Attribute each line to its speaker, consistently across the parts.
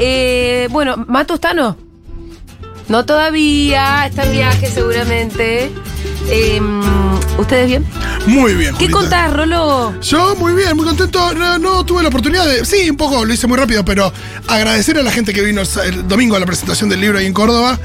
Speaker 1: Eh, bueno, Mato está no. No todavía, está en viaje seguramente. Eh, ¿Ustedes bien?
Speaker 2: Muy bien.
Speaker 1: ¿Qué
Speaker 2: Julita.
Speaker 1: contás, Rolo?
Speaker 2: Yo muy bien, muy contento. No, no tuve la oportunidad de. Sí, un poco, lo hice muy rápido, pero agradecer a la gente que vino el domingo a la presentación del libro ahí en Córdoba.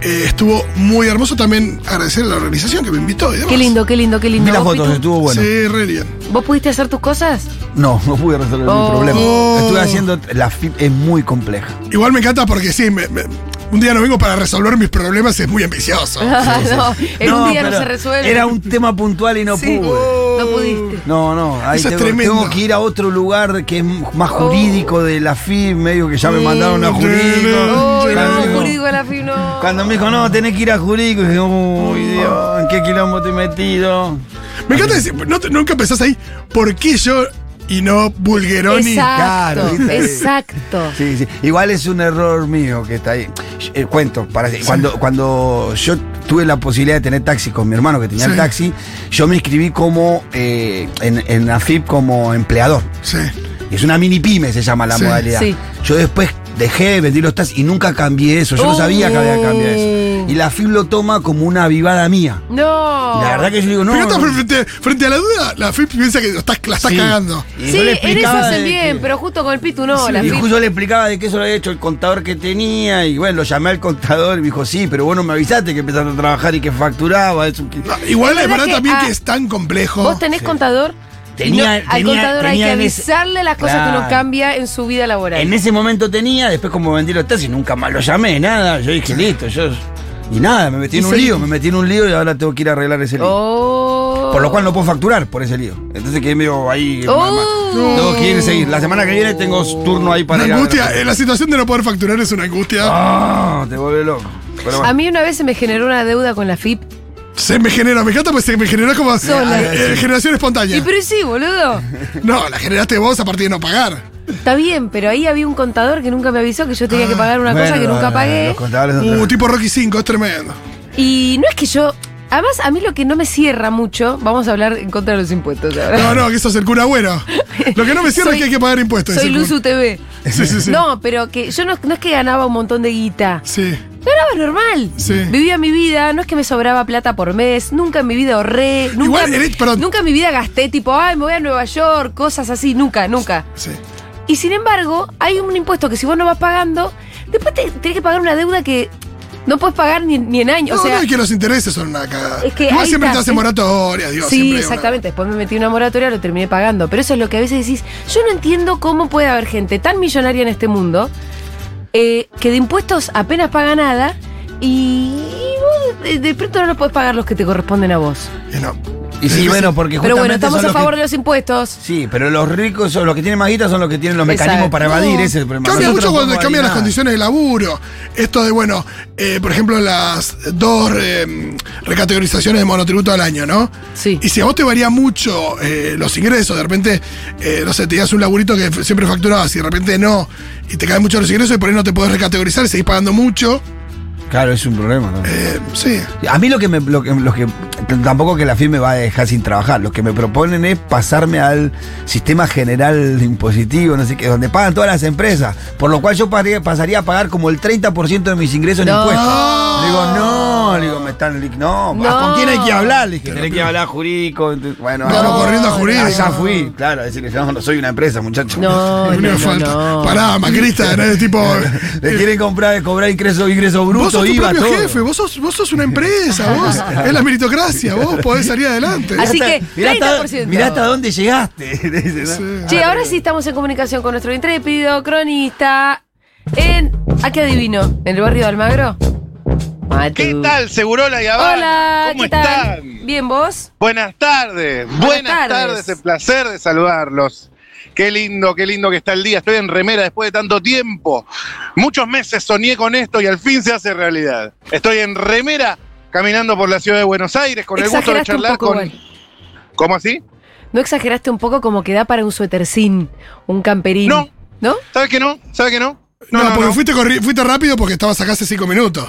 Speaker 2: Eh, estuvo muy hermoso. También agradecer a la organización que me invitó. y demás.
Speaker 1: Qué lindo, qué lindo, qué lindo.
Speaker 3: Vi las
Speaker 1: ¿Vos,
Speaker 3: fotos,
Speaker 1: Pitu?
Speaker 3: estuvo bueno.
Speaker 2: Sí, re bien.
Speaker 1: ¿Vos pudiste hacer tus cosas?
Speaker 3: No, no pude resolver
Speaker 1: Oh.
Speaker 3: mi problema.
Speaker 2: Oh.
Speaker 3: Estuve haciendo. La FIP es muy compleja.
Speaker 2: Igual me encanta porque sí, me- me- un día no vengo para resolver mis problemas, es muy ambicioso.
Speaker 1: no, en un día no
Speaker 3: pero
Speaker 1: se resuelve.
Speaker 3: Era un tema puntual y no
Speaker 1: Sí,
Speaker 3: pude.
Speaker 1: No pudiste.
Speaker 3: No, no, ahí
Speaker 2: Eso es
Speaker 3: tengo,
Speaker 2: tremendo.
Speaker 3: tengo que ir a otro lugar que es más jurídico de la FIB, medio que ya me mandaron a jurídico.
Speaker 1: Oh, no,
Speaker 3: Cuando-
Speaker 1: jurídico de la FIB no.
Speaker 3: Cuando me dijo, no, tenés que ir a jurídico, dije, uy, Dios, ¿en qué quilombo estoy metido?
Speaker 2: Me encanta decir, no te- nunca pensás ahí, ¿por qué yo y no Bulgeroni?
Speaker 3: claro,
Speaker 1: Exacto,
Speaker 3: ¿viste?
Speaker 1: exacto.
Speaker 3: Sí, sí. Igual es un error mío que está ahí. Eh, cuento, para, cuando, cuando yo tuve la posibilidad de tener taxi con mi hermano que tenía el
Speaker 2: Sí.
Speaker 3: taxi, yo me inscribí como eh, en, en AFIP como empleador.
Speaker 2: Sí.
Speaker 3: Es una mini pyme, se llama la
Speaker 2: Sí.
Speaker 3: modalidad.
Speaker 1: Sí.
Speaker 3: Yo después dejé de vender los taxis y nunca cambié eso. Yo no sabía que había cambiado eso.
Speaker 1: Oh.
Speaker 3: Y la AFIP lo toma como una avivada mía.
Speaker 1: No.
Speaker 3: La verdad que yo digo, no.
Speaker 2: Pero estás
Speaker 3: no.
Speaker 2: frente, frente a la duda, la FIP piensa que lo estás, la estás
Speaker 3: Sí.
Speaker 2: cagando.
Speaker 3: Y
Speaker 1: Sí,
Speaker 3: yo le
Speaker 1: en eso
Speaker 3: explicaba
Speaker 1: hacen
Speaker 3: de
Speaker 1: bien,
Speaker 3: que-
Speaker 1: pero justo con el Pitu no, la
Speaker 3: Y
Speaker 1: FIB.
Speaker 3: yo le explicaba de que eso lo había hecho el contador que tenía y bueno, lo llamé al contador y me dijo, sí, pero vos no me avisaste que empezaste a trabajar y que facturaba. Eso, que-
Speaker 2: No, igual
Speaker 1: La
Speaker 2: es
Speaker 1: verdad
Speaker 2: verdad
Speaker 1: que,
Speaker 2: también
Speaker 1: ah,
Speaker 2: que es tan complejo.
Speaker 1: Vos tenés
Speaker 3: Oh, Sí.
Speaker 1: contador.
Speaker 3: Tenía-
Speaker 1: y no- al
Speaker 3: tenía-
Speaker 1: contador
Speaker 3: tenía
Speaker 1: hay que
Speaker 3: en ese-
Speaker 1: avisarle las cosas que uno
Speaker 3: Claro.
Speaker 1: cambia en su vida laboral.
Speaker 3: En ese momento tenía, después como vendí los taxis, nunca más lo llamé, nada. Yo dije, listo, yo... Y nada, me metí
Speaker 2: Y
Speaker 3: en un
Speaker 2: se-
Speaker 3: lío, me metí en un lío y ahora tengo que ir a arreglar ese lío.
Speaker 1: Oh.
Speaker 3: Por lo cual no puedo facturar por ese lío. Entonces quedé medio ahí...
Speaker 1: Oh.
Speaker 3: mal, mal. Tengo que ir seguir. La semana que viene tengo turno ahí para
Speaker 2: Una
Speaker 3: ir a ver-
Speaker 2: angustia, eh, la situación de no poder facturar es una angustia.
Speaker 3: Ah, te vuelve loco. Pero bueno.
Speaker 1: A mí una vez se me generó una deuda con la FIP.
Speaker 2: Se me genera, me encanta pues se me generó como
Speaker 1: Sola.
Speaker 2: eh, eh, generación espontánea.
Speaker 1: Y pero sí, boludo.
Speaker 2: No, la generaste vos a partir de no pagar.
Speaker 1: Está bien, pero ahí había un contador que nunca me avisó que yo tenía
Speaker 3: Ah,
Speaker 1: que pagar una
Speaker 3: Bueno,
Speaker 1: cosa que
Speaker 3: no,
Speaker 1: nunca
Speaker 3: no,
Speaker 1: pagué.
Speaker 3: los contadores no te-
Speaker 2: Uh, tipo Rocky 5, es tremendo.
Speaker 1: Y no es que yo. Además, a mí lo que no me cierra mucho, vamos a hablar en contra de los impuestos ahora.
Speaker 2: No, no, que sos el cura bueno. Lo que no me cierra
Speaker 1: Soy-
Speaker 2: es que hay que pagar impuestos.
Speaker 1: Soy
Speaker 2: dice el
Speaker 1: Luzu TV.
Speaker 2: cura. Sí, sí, sí.
Speaker 1: No, pero que yo no, no es que ganaba un montón de guita.
Speaker 2: Sí.
Speaker 1: Ganaba normal.
Speaker 2: Sí.
Speaker 1: Vivía mi vida, no es que me sobraba plata por mes, nunca en mi vida ahorré, nunca,
Speaker 2: Igual, Eret, perdón.
Speaker 1: nunca en mi vida gasté tipo, ay, me voy a Nueva York, cosas así, nunca, nunca.
Speaker 2: Sí.
Speaker 1: Y sin embargo, hay un impuesto que si vos no vas pagando, después te, tenés que pagar una deuda que no puedes pagar ni, ni en año.
Speaker 2: No,
Speaker 1: o sea,
Speaker 2: no, es que los intereses son una cagada.
Speaker 1: Es que
Speaker 2: Igual
Speaker 1: ahí
Speaker 2: siempre
Speaker 1: está,
Speaker 2: te hacen
Speaker 1: sí.
Speaker 2: moratorias, digo.
Speaker 1: Sí,
Speaker 2: siempre,
Speaker 1: exactamente. Después me metí en una moratoria, lo terminé pagando. Pero eso es lo que a veces decís. Yo no entiendo cómo puede haber gente tan millonaria en este mundo eh, que de impuestos apenas paga nada y vos de, de pronto no los podés pagar los que te corresponden a vos.
Speaker 2: una- y no.
Speaker 3: Y sí, bueno, porque
Speaker 1: Pero bueno,
Speaker 3: justamente
Speaker 1: estamos
Speaker 3: son
Speaker 1: a
Speaker 3: los
Speaker 1: favor
Speaker 3: que-
Speaker 1: de los impuestos.
Speaker 3: Sí, pero los ricos son los que tienen más guita son los que tienen los
Speaker 1: Exacto.
Speaker 3: mecanismos para evadir
Speaker 1: No,
Speaker 3: ese es el problema.
Speaker 2: Cambia
Speaker 3: Nosotros
Speaker 2: mucho
Speaker 3: no
Speaker 2: cuando
Speaker 3: podemos
Speaker 2: cambian las
Speaker 3: evadir nada.
Speaker 2: condiciones de laburo. Esto de, bueno, eh, por ejemplo, las dos eh, recategorizaciones de monotributo al año, ¿no?
Speaker 1: Sí.
Speaker 2: Y si a vos te varía mucho eh, los ingresos, de repente, eh, no sé, tenías un laburito que f- siempre facturabas y de repente no, y te caen mucho los ingresos y por ahí no te podés recategorizar y seguís pagando mucho,
Speaker 3: Claro, es un problema. ¿no?
Speaker 2: eh, sí.
Speaker 3: A mí lo que me. Lo que, lo que- tampoco que la FIM me va a dejar sin trabajar. Lo que me proponen es pasarme al sistema general impositivo, no sé qué, donde pagan todas las empresas. Por lo cual yo paría- pasaría a pagar como el 30% de mis ingresos en
Speaker 1: No.
Speaker 3: impuestos. Le digo, no, le digo, me están. le- No,
Speaker 1: No.
Speaker 3: ¿con quién hay que hablar? Le dije, tenés que hablar jurídico. entonces, Bueno,
Speaker 2: Vamos
Speaker 3: allá-
Speaker 2: corriendo a jurídico.
Speaker 3: Allá fui, claro, a decirle, no, no soy una empresa, muchacho.
Speaker 1: No,
Speaker 2: Lo
Speaker 1: no,
Speaker 2: único
Speaker 1: no,
Speaker 2: que falta.
Speaker 1: no.
Speaker 2: Pará, macrista, ¿no? Es tipo.
Speaker 3: Le quieren comprar, cobrar ingreso, ingreso
Speaker 2: Vos
Speaker 3: bruto,
Speaker 2: sos tu
Speaker 3: IVA,
Speaker 2: propio
Speaker 3: todo.
Speaker 2: jefe, vos sos, vos sos una empresa, vos. Es la meritocracia, vos podés salir adelante.
Speaker 1: Así
Speaker 3: Mirá
Speaker 1: que,
Speaker 3: hasta- mirá hasta-
Speaker 1: 30%.
Speaker 3: Mirá hasta dónde llegaste. le dicen, ¿no?
Speaker 2: Sí.
Speaker 1: Che, ahora sí estamos en comunicación con nuestro intrépido cronista en... ¿A qué adivino? ¿En el barrio de Almagro? Matu.
Speaker 4: ¿Qué tal, Segurola y Habana?
Speaker 1: Hola,
Speaker 4: ¿Cómo
Speaker 1: ¿qué tal?
Speaker 4: están?
Speaker 1: Bien, ¿vos?
Speaker 4: Buenas tardes. Buenas,
Speaker 1: tardes.
Speaker 4: tardes. el placer de saludarlos. Qué lindo, qué lindo que está el día. Estoy en remera después de tanto tiempo. Muchos meses soñé con esto y al fin se hace realidad. Estoy en remera caminando por la ciudad de Buenos Aires con el gusto de
Speaker 1: Exageraste un
Speaker 4: charlar
Speaker 1: poco
Speaker 4: con.
Speaker 1: igual.
Speaker 4: ¿Cómo así?
Speaker 1: ¿No exageraste un poco como que da para un suétercín, un camperín?
Speaker 4: No.
Speaker 1: ¿No?
Speaker 4: ¿Sabes que no? ¿Sabes que no?
Speaker 2: No, porque Fuiste, corri- fuiste rápido porque estabas acá hace cinco minutos.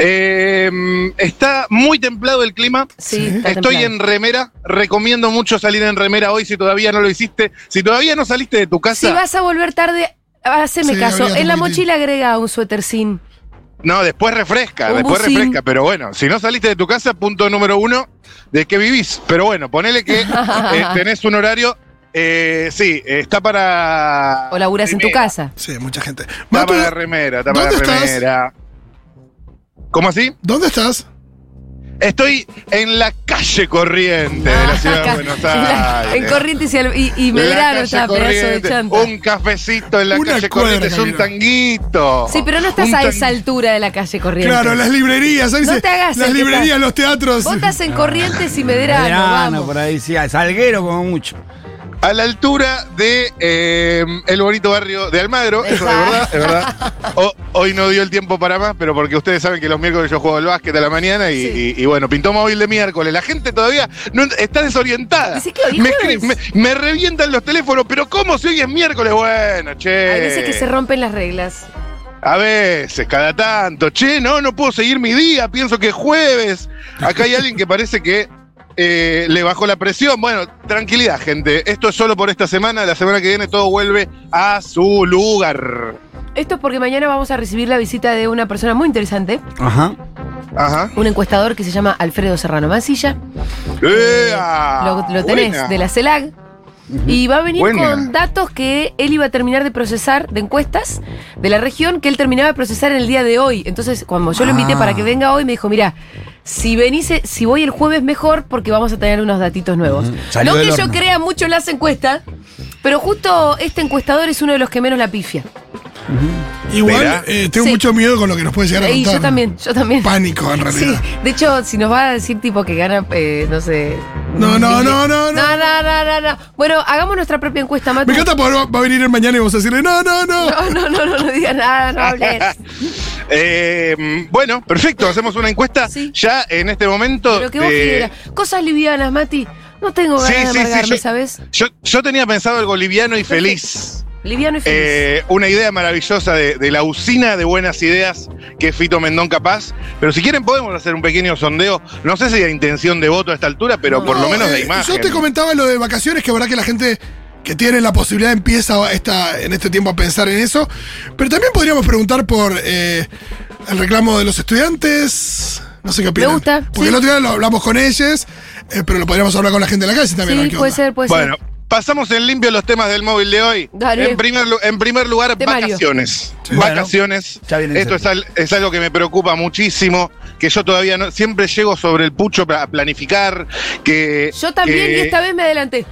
Speaker 4: Eh, está muy templado el clima.
Speaker 1: Sí, está
Speaker 4: Estoy
Speaker 1: templado.
Speaker 4: en remera, recomiendo mucho salir en remera hoy si todavía no lo hiciste. Si todavía no saliste de tu casa,
Speaker 1: Si vas a volver tarde Haceme
Speaker 2: Sí,
Speaker 1: caso.
Speaker 2: abrígate
Speaker 1: En la
Speaker 2: un poquitín.
Speaker 1: mochila agrega un suétercín.
Speaker 4: No, después refresca,
Speaker 1: Un
Speaker 4: después
Speaker 1: bucín.
Speaker 4: refresca. Pero bueno, si no saliste de tu casa, punto número uno, ¿de qué vivís? Pero bueno, ponele que eh, tenés un horario, eh, sí, eh, está para...
Speaker 1: O laburás en tu
Speaker 4: remera,
Speaker 1: casa.
Speaker 2: Sí, mucha gente.
Speaker 4: Está
Speaker 2: Matu,
Speaker 4: para la remera, está para la
Speaker 2: ¿dónde estás?
Speaker 4: remera. ¿Cómo así?
Speaker 2: ¿dónde estás?
Speaker 4: Estoy en la calle corriente de Eh, la ciudad de
Speaker 1: Ah, Acá,
Speaker 4: Buenos
Speaker 1: en la-
Speaker 4: Aires.
Speaker 1: En Corrientes y, al- y, y
Speaker 4: La
Speaker 1: Belgrano
Speaker 4: calle
Speaker 1: está, pedazo de
Speaker 4: Corrientes,
Speaker 1: chanta.
Speaker 4: Un cafecito en la
Speaker 2: Una
Speaker 4: calle
Speaker 2: cuadra,
Speaker 4: corriente es un
Speaker 2: amigo.
Speaker 4: tanguito.
Speaker 1: Sí, pero no estás
Speaker 4: Un
Speaker 1: a
Speaker 4: tan-
Speaker 1: esa altura de la calle Corrientes.
Speaker 2: Claro, las librerías. ¿sabes?
Speaker 1: No te hagas
Speaker 2: las
Speaker 1: el que
Speaker 2: librerías,
Speaker 1: estás-
Speaker 2: los teatros.
Speaker 1: Vos estás en Corrientes y
Speaker 3: Verano,
Speaker 1: Medrano,
Speaker 3: por
Speaker 1: vamos.
Speaker 3: ahí, sí, a Salguero como mucho.
Speaker 4: A la altura de eh, el bonito barrio de Almagro, eso de
Speaker 1: Exacto.
Speaker 4: verdad, es verdad. O- hoy no dio el tiempo para más, pero porque ustedes saben que los miércoles yo juego al básquet a la mañana y,
Speaker 1: Sí.
Speaker 4: y- y bueno, pintó móvil de miércoles. La gente todavía no ent- está desorientada.
Speaker 1: Dice que hoy
Speaker 4: me,
Speaker 1: jueves.
Speaker 4: escri- me- me revientan los teléfonos, pero ¿cómo si hoy es miércoles? Bueno, che.
Speaker 1: Hay veces que
Speaker 4: Eh.
Speaker 1: se rompen las reglas.
Speaker 4: A veces, cada tanto. Che, no, no puedo seguir mi día, pienso que es jueves. Acá hay alguien que parece que eh, le bajó la presión. Bueno, tranquilidad, gente. Esto es solo por esta semana. La semana que viene todo vuelve a su lugar.
Speaker 1: Esto es porque mañana vamos a recibir la visita de una persona muy interesante,
Speaker 3: Ajá.
Speaker 4: Ajá.
Speaker 1: un encuestador que se llama Alfredo Serrano Mancilla.
Speaker 3: Ah,
Speaker 4: ¡Ea!
Speaker 1: lo, lo tenés
Speaker 4: Buena.
Speaker 1: de la CELAC. Y va a venir
Speaker 4: Buena.
Speaker 1: con datos que él iba a terminar de procesar de encuestas de la región que él terminaba de procesar en el día de hoy. Entonces, cuando yo lo invité
Speaker 3: Ah.
Speaker 1: para que venga hoy, me dijo, mira, si venís, eh, si voy el jueves mejor porque vamos a tener unos datitos nuevos.
Speaker 3: Salió
Speaker 1: No que
Speaker 3: del
Speaker 1: yo
Speaker 3: horno.
Speaker 1: crea mucho en las encuestas, pero justo este encuestador es uno de los que menos la pifia.
Speaker 2: Igual
Speaker 4: Verá.
Speaker 2: eh, tengo
Speaker 1: Sí.
Speaker 2: mucho miedo con lo que nos puede llegar a
Speaker 1: Y
Speaker 2: contar.
Speaker 1: yo también, yo también.
Speaker 2: Pánico, en
Speaker 1: Sí,
Speaker 2: realidad.
Speaker 1: de hecho, si nos va a decir tipo que gana, eh, no sé.
Speaker 2: No, no, no, no, no.
Speaker 1: No, no, no, no, no. Bueno, hagamos nuestra propia encuesta, Matu.
Speaker 2: Me encanta porque va va a venir el mañana y vamos a decirle, no, no, no.
Speaker 1: No, no, no, no, no digas nada, no hables.
Speaker 4: Eh, bueno, perfecto. Hacemos una encuesta
Speaker 1: Sí.
Speaker 4: ya en este momento.
Speaker 1: Lo que vos
Speaker 4: de-
Speaker 1: quieras. Cosas livianas, Mati. No tengo ganas
Speaker 4: Sí,
Speaker 1: de
Speaker 4: sí, sí,
Speaker 1: amargarme,
Speaker 4: yo-
Speaker 1: ¿sabes?
Speaker 4: Yo, yo tenía pensado algo liviano y feliz.
Speaker 1: Liviano y feliz.
Speaker 4: Eh, una idea maravillosa de, de la usina de buenas ideas que es Fito Mendón capaz. Pero si quieren podemos hacer un pequeño sondeo. No sé si hay intención de voto a esta altura, pero por lo
Speaker 2: No,
Speaker 4: menos
Speaker 2: eh,
Speaker 4: de imagen.
Speaker 2: Yo te comentaba lo de vacaciones, que habrá que la gente que tiene la posibilidad empieza a esta, en este tiempo a pensar en eso. Pero también podríamos preguntar por eh, el reclamo de los estudiantes. No sé qué opinan.
Speaker 1: gusta,
Speaker 2: Porque
Speaker 1: sí.
Speaker 2: el otro día lo hablamos con ellos, eh, pero lo podríamos hablar con la gente de la calle también. a
Speaker 1: sí,
Speaker 2: ver qué
Speaker 1: puede
Speaker 2: onda.
Speaker 1: ser, puede
Speaker 4: bueno,
Speaker 1: ser.
Speaker 4: pasamos en limpio los temas del móvil de hoy.
Speaker 1: Dale.
Speaker 4: En primer, lu- en primer lugar,
Speaker 1: Temario.
Speaker 4: vacaciones.
Speaker 3: Bueno,
Speaker 4: vacaciones.
Speaker 3: ya viene
Speaker 4: Esto es, al- es algo que me preocupa muchísimo, que yo todavía no, siempre llego sobre el pucho a planificar, que...
Speaker 1: Yo también,
Speaker 4: que-
Speaker 1: y esta vez me adelanté.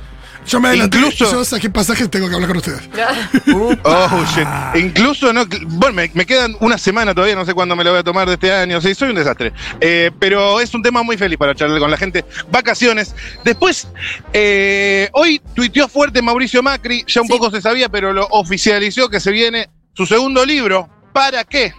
Speaker 2: Yo me adelanté.
Speaker 4: Incluso-
Speaker 2: Yo saqué pasajes, tengo que hablar con ustedes.
Speaker 4: Oh, shit. Incluso no. Bueno, me, me quedan una semana todavía, no sé cuándo me lo voy a tomar de este año. Sí, soy un desastre. Eh, pero es un tema muy feliz para charlar con la gente. Vacaciones. Después, eh, hoy tuiteó fuerte Mauricio Macri, ya un
Speaker 1: Sí.
Speaker 4: poco se sabía, pero lo oficializó que se viene su segundo libro. ¿Para qué?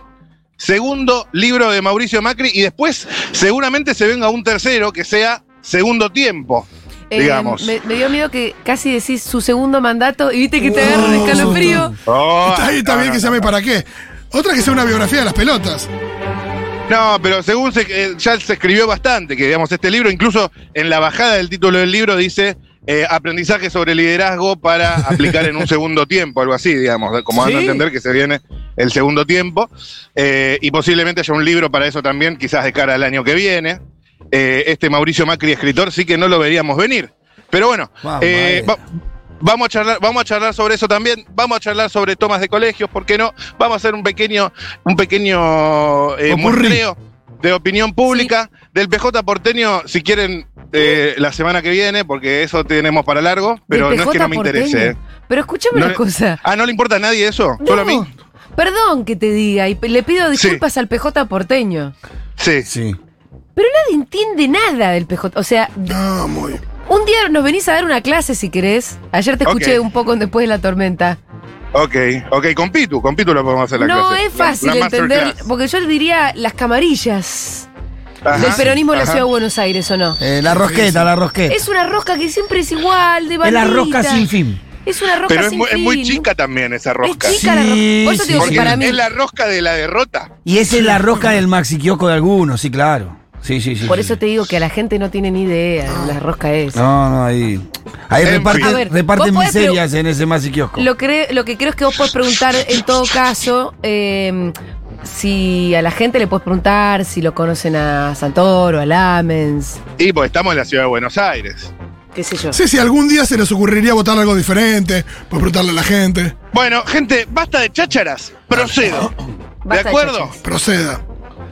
Speaker 4: Segundo libro de Mauricio Macri y después seguramente se venga un tercero que sea segundo tiempo.
Speaker 1: Eh,
Speaker 4: Digamos.
Speaker 1: Me, me dio miedo que casi decís su segundo mandato y viste que te agarra un escalofrío.
Speaker 4: Oh,
Speaker 2: está ahí, está
Speaker 4: no,
Speaker 2: bien
Speaker 4: no,
Speaker 2: que se
Speaker 4: no.
Speaker 2: llame para qué. Otra que sea una biografía de las pelotas.
Speaker 4: No, pero según se- eh, ya se escribió bastante, que digamos, este libro, incluso en la bajada del título del libro dice eh, aprendizaje sobre liderazgo para aplicar en un segundo tiempo, algo así, digamos, como dando a
Speaker 3: Sí.
Speaker 4: entender que se viene el segundo tiempo. Eh, y posiblemente haya un libro para eso también, quizás de cara al año que viene. Eh, este Mauricio Macri, escritor, sí que no lo veríamos venir. Pero bueno,
Speaker 3: Vamos,
Speaker 4: eh,
Speaker 3: madre.
Speaker 4: va- vamos, a charlar, vamos a charlar sobre eso también. Vamos a charlar sobre tomas de colegios, ¿por qué no? Vamos a hacer un pequeño, un pequeño eh,
Speaker 2: Popurrí.
Speaker 4: muestreo de opinión pública del PJ porteño, si quieren, eh, la semana que viene, porque eso tenemos para largo, pero
Speaker 1: Del
Speaker 4: no es que
Speaker 1: PJ
Speaker 4: no me interese. ¿eh?
Speaker 1: porteño. Pero escúchame
Speaker 4: No
Speaker 1: una
Speaker 4: le-
Speaker 1: cosa.
Speaker 4: Ah, ¿no le importa a nadie eso? ¿Solo a mí?
Speaker 1: No, Perdón que te diga, y pe- le pido
Speaker 4: Sí.
Speaker 1: disculpas al PJ porteño.
Speaker 4: Sí.
Speaker 3: Sí.
Speaker 1: Pero nadie entiende nada del PJ. O sea,
Speaker 2: No, muy.
Speaker 1: Un día nos venís a dar una clase si querés. Ayer te
Speaker 4: Ok.
Speaker 1: escuché un poco en después de la tormenta.
Speaker 4: Ok, ok, con Pitu, con Pitu lo podemos hacer la
Speaker 1: no
Speaker 4: clase.
Speaker 1: es fácil
Speaker 4: La- la
Speaker 1: entender,
Speaker 4: masterclass.
Speaker 1: porque yo diría las camarillas
Speaker 4: Ajá,
Speaker 1: del peronismo en la
Speaker 4: Ah, ajá.
Speaker 1: ciudad de Buenos Aires, ¿o no?
Speaker 3: Eh, la rosqueta, la rosqueta.
Speaker 1: Es una rosca que siempre es igual, de
Speaker 3: Es
Speaker 1: bandita.
Speaker 3: la rosca sin fin.
Speaker 1: Es una rosca
Speaker 4: Pero es
Speaker 1: sin
Speaker 4: muy, es
Speaker 1: fin.
Speaker 4: muy chica también esa rosca.
Speaker 1: Es chica la rosca.
Speaker 3: Sí,
Speaker 1: Por eso te digo
Speaker 3: sí,
Speaker 1: que
Speaker 4: Porque
Speaker 1: para mí.
Speaker 4: es la rosca de la derrota.
Speaker 3: Y esa es la rosca del maxi kiosco de algunos, sí, claro. Sí, sí, sí.
Speaker 1: Por
Speaker 3: sí,
Speaker 1: eso
Speaker 3: sí.
Speaker 1: te digo que a la gente no tiene ni idea de la rosca es.
Speaker 3: No, no, ahí. Ahí
Speaker 4: En
Speaker 3: reparte-
Speaker 4: fin.
Speaker 1: A ver,
Speaker 3: reparten
Speaker 1: vos podés
Speaker 3: miserias en ese más y kiosco.
Speaker 1: Lo, cre- lo que creo es que vos podés preguntar, en todo caso, eh, si a la gente le podés preguntar si lo conocen a Santoro, a Lamens,
Speaker 4: Y pues estamos en la ciudad de Buenos Aires.
Speaker 1: qué sé yo.
Speaker 2: Sí, sí, algún día se les ocurriría votar algo diferente, por preguntarle a la gente.
Speaker 4: Bueno, gente, basta de chácharas. Procedo. ¿De
Speaker 1: Basta
Speaker 4: acuerdo?
Speaker 1: chachas.
Speaker 2: Proceda.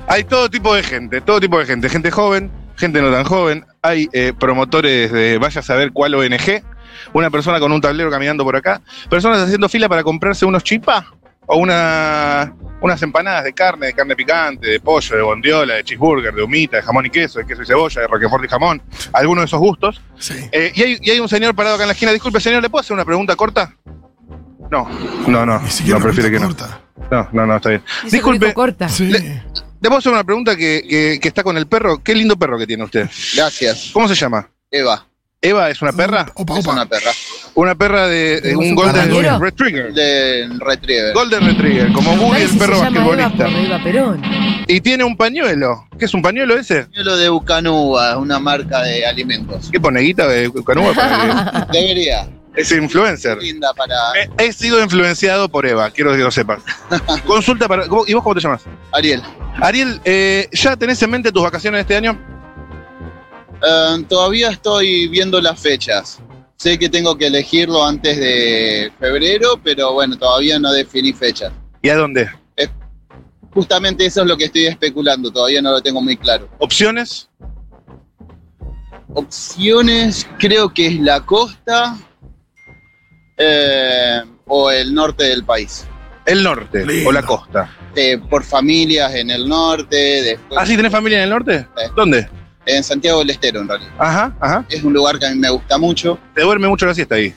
Speaker 4: Hay todo tipo de gente, todo tipo de gente. Gente joven, gente no tan joven. Hay eh, promotores de vaya a saber cuál ONG. Una persona con un tablero caminando por acá. Personas haciendo fila para comprarse unos chipas o una- unas empanadas de carne, de carne picante, de pollo, de bondiola, de cheeseburger, de humita, de jamón y queso, de queso y cebolla, de roquefort y jamón. Algunos de esos gustos.
Speaker 2: Sí.
Speaker 4: Eh, y, hay, y hay un señor parado acá en la esquina. Disculpe, señor, ¿le puedo hacer una pregunta corta? No, no, no.
Speaker 2: Ni siquiera
Speaker 4: No, prefiere que no. No, no, no, está bien.
Speaker 1: Eso que
Speaker 4: Disculpe,
Speaker 1: dijo corta.
Speaker 2: Sí.
Speaker 4: Le- le puedo hacer una pregunta que, que- que está con el perro. Qué lindo perro que tiene usted.
Speaker 5: Gracias,
Speaker 4: ¿Cómo se llama?
Speaker 5: Eva.
Speaker 4: ¿Eva es una perra?
Speaker 2: Opa,
Speaker 5: Es
Speaker 2: opa.
Speaker 5: una perra
Speaker 4: Una perra de, de un
Speaker 1: ¿Un
Speaker 4: Golden
Speaker 1: parrandero?
Speaker 4: Retriever.
Speaker 5: de Retriever.
Speaker 4: Golden Retriever, como Woody,
Speaker 1: Nadie
Speaker 4: el
Speaker 1: se
Speaker 4: perro
Speaker 1: llama Eva
Speaker 4: basquetbolista.
Speaker 1: por Eva Perón.
Speaker 4: Y tiene un pañuelo. ¿Qué es un pañuelo ese?
Speaker 5: Pañuelo de Bucanúa, una marca de alimentos.
Speaker 4: ¿Qué pone guita de Cucanuba para
Speaker 5: Debería.
Speaker 4: que- Es influencer.
Speaker 5: Linda para
Speaker 4: Eh, He sido influenciado por Eva, quiero que lo sepas. Consulta para. ¿cómo- ¿Y vos cómo te llamas?
Speaker 5: Ariel.
Speaker 4: Ariel, eh, ¿ya tenés en mente tus vacaciones de este año?
Speaker 5: Eh, todavía estoy viendo las fechas. Sé que tengo que elegirlo antes de febrero, pero bueno, todavía no definí fecha.
Speaker 4: ¿Y a dónde?
Speaker 5: Justamente eso es lo que estoy especulando, todavía no lo tengo muy claro.
Speaker 4: ¿Opciones?
Speaker 5: Opciones creo que es la costa eh, o el norte del país.
Speaker 4: El norte
Speaker 2: Lindo.
Speaker 4: o la costa.
Speaker 5: Eh, por familias en el norte, después
Speaker 4: ¿Ah, sí, tenés familia en el norte?
Speaker 5: Sí.
Speaker 4: ¿Dónde?
Speaker 5: en Santiago del Estero en realidad.
Speaker 4: Ajá, ajá.
Speaker 5: Es un lugar que a mí me gusta mucho,
Speaker 4: Te duerme mucho la siesta ahí.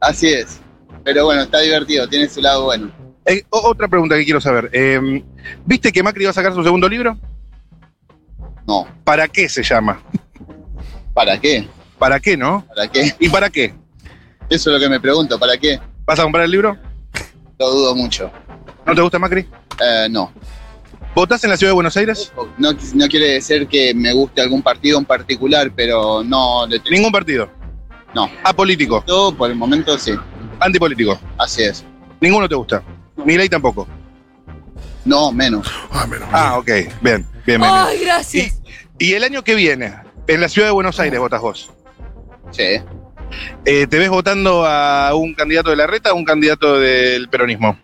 Speaker 5: así es. Pero bueno, está divertido, tiene su lado bueno.
Speaker 4: Eh, o- otra pregunta que quiero saber. Eh, ¿Viste que Macri va a sacar su segundo libro?
Speaker 5: No,
Speaker 4: ¿Para qué se llama?
Speaker 5: ¿para qué?
Speaker 4: ¿Para qué, no?
Speaker 5: ¿Para qué?
Speaker 4: ¿Y para qué?
Speaker 5: Eso es lo que me pregunto, ¿para qué?
Speaker 4: ¿Vas a comprar el libro?
Speaker 5: Lo dudo mucho.
Speaker 4: ¿No te gusta Macri?
Speaker 5: Eh, no.
Speaker 4: ¿Votás en la ciudad de Buenos Aires?
Speaker 5: no, no quiere decir que me guste algún partido en particular, pero no le tengo
Speaker 4: Ningún partido.
Speaker 5: No.
Speaker 4: Apolítico.
Speaker 5: todo por el momento, sí,
Speaker 4: Antipolítico.
Speaker 5: así es.
Speaker 4: Ninguno te gusta. Ni ley tampoco.
Speaker 5: No, menos.
Speaker 2: Ah, menos.
Speaker 4: Ah, ok. Bien, bien, bien. bien.
Speaker 1: Ay, gracias.
Speaker 4: Y el año que viene, en la ciudad de Buenos Aires votas vos.
Speaker 5: Sí.
Speaker 4: Eh, ¿Te ves votando a un candidato de la reta o un candidato del peronismo?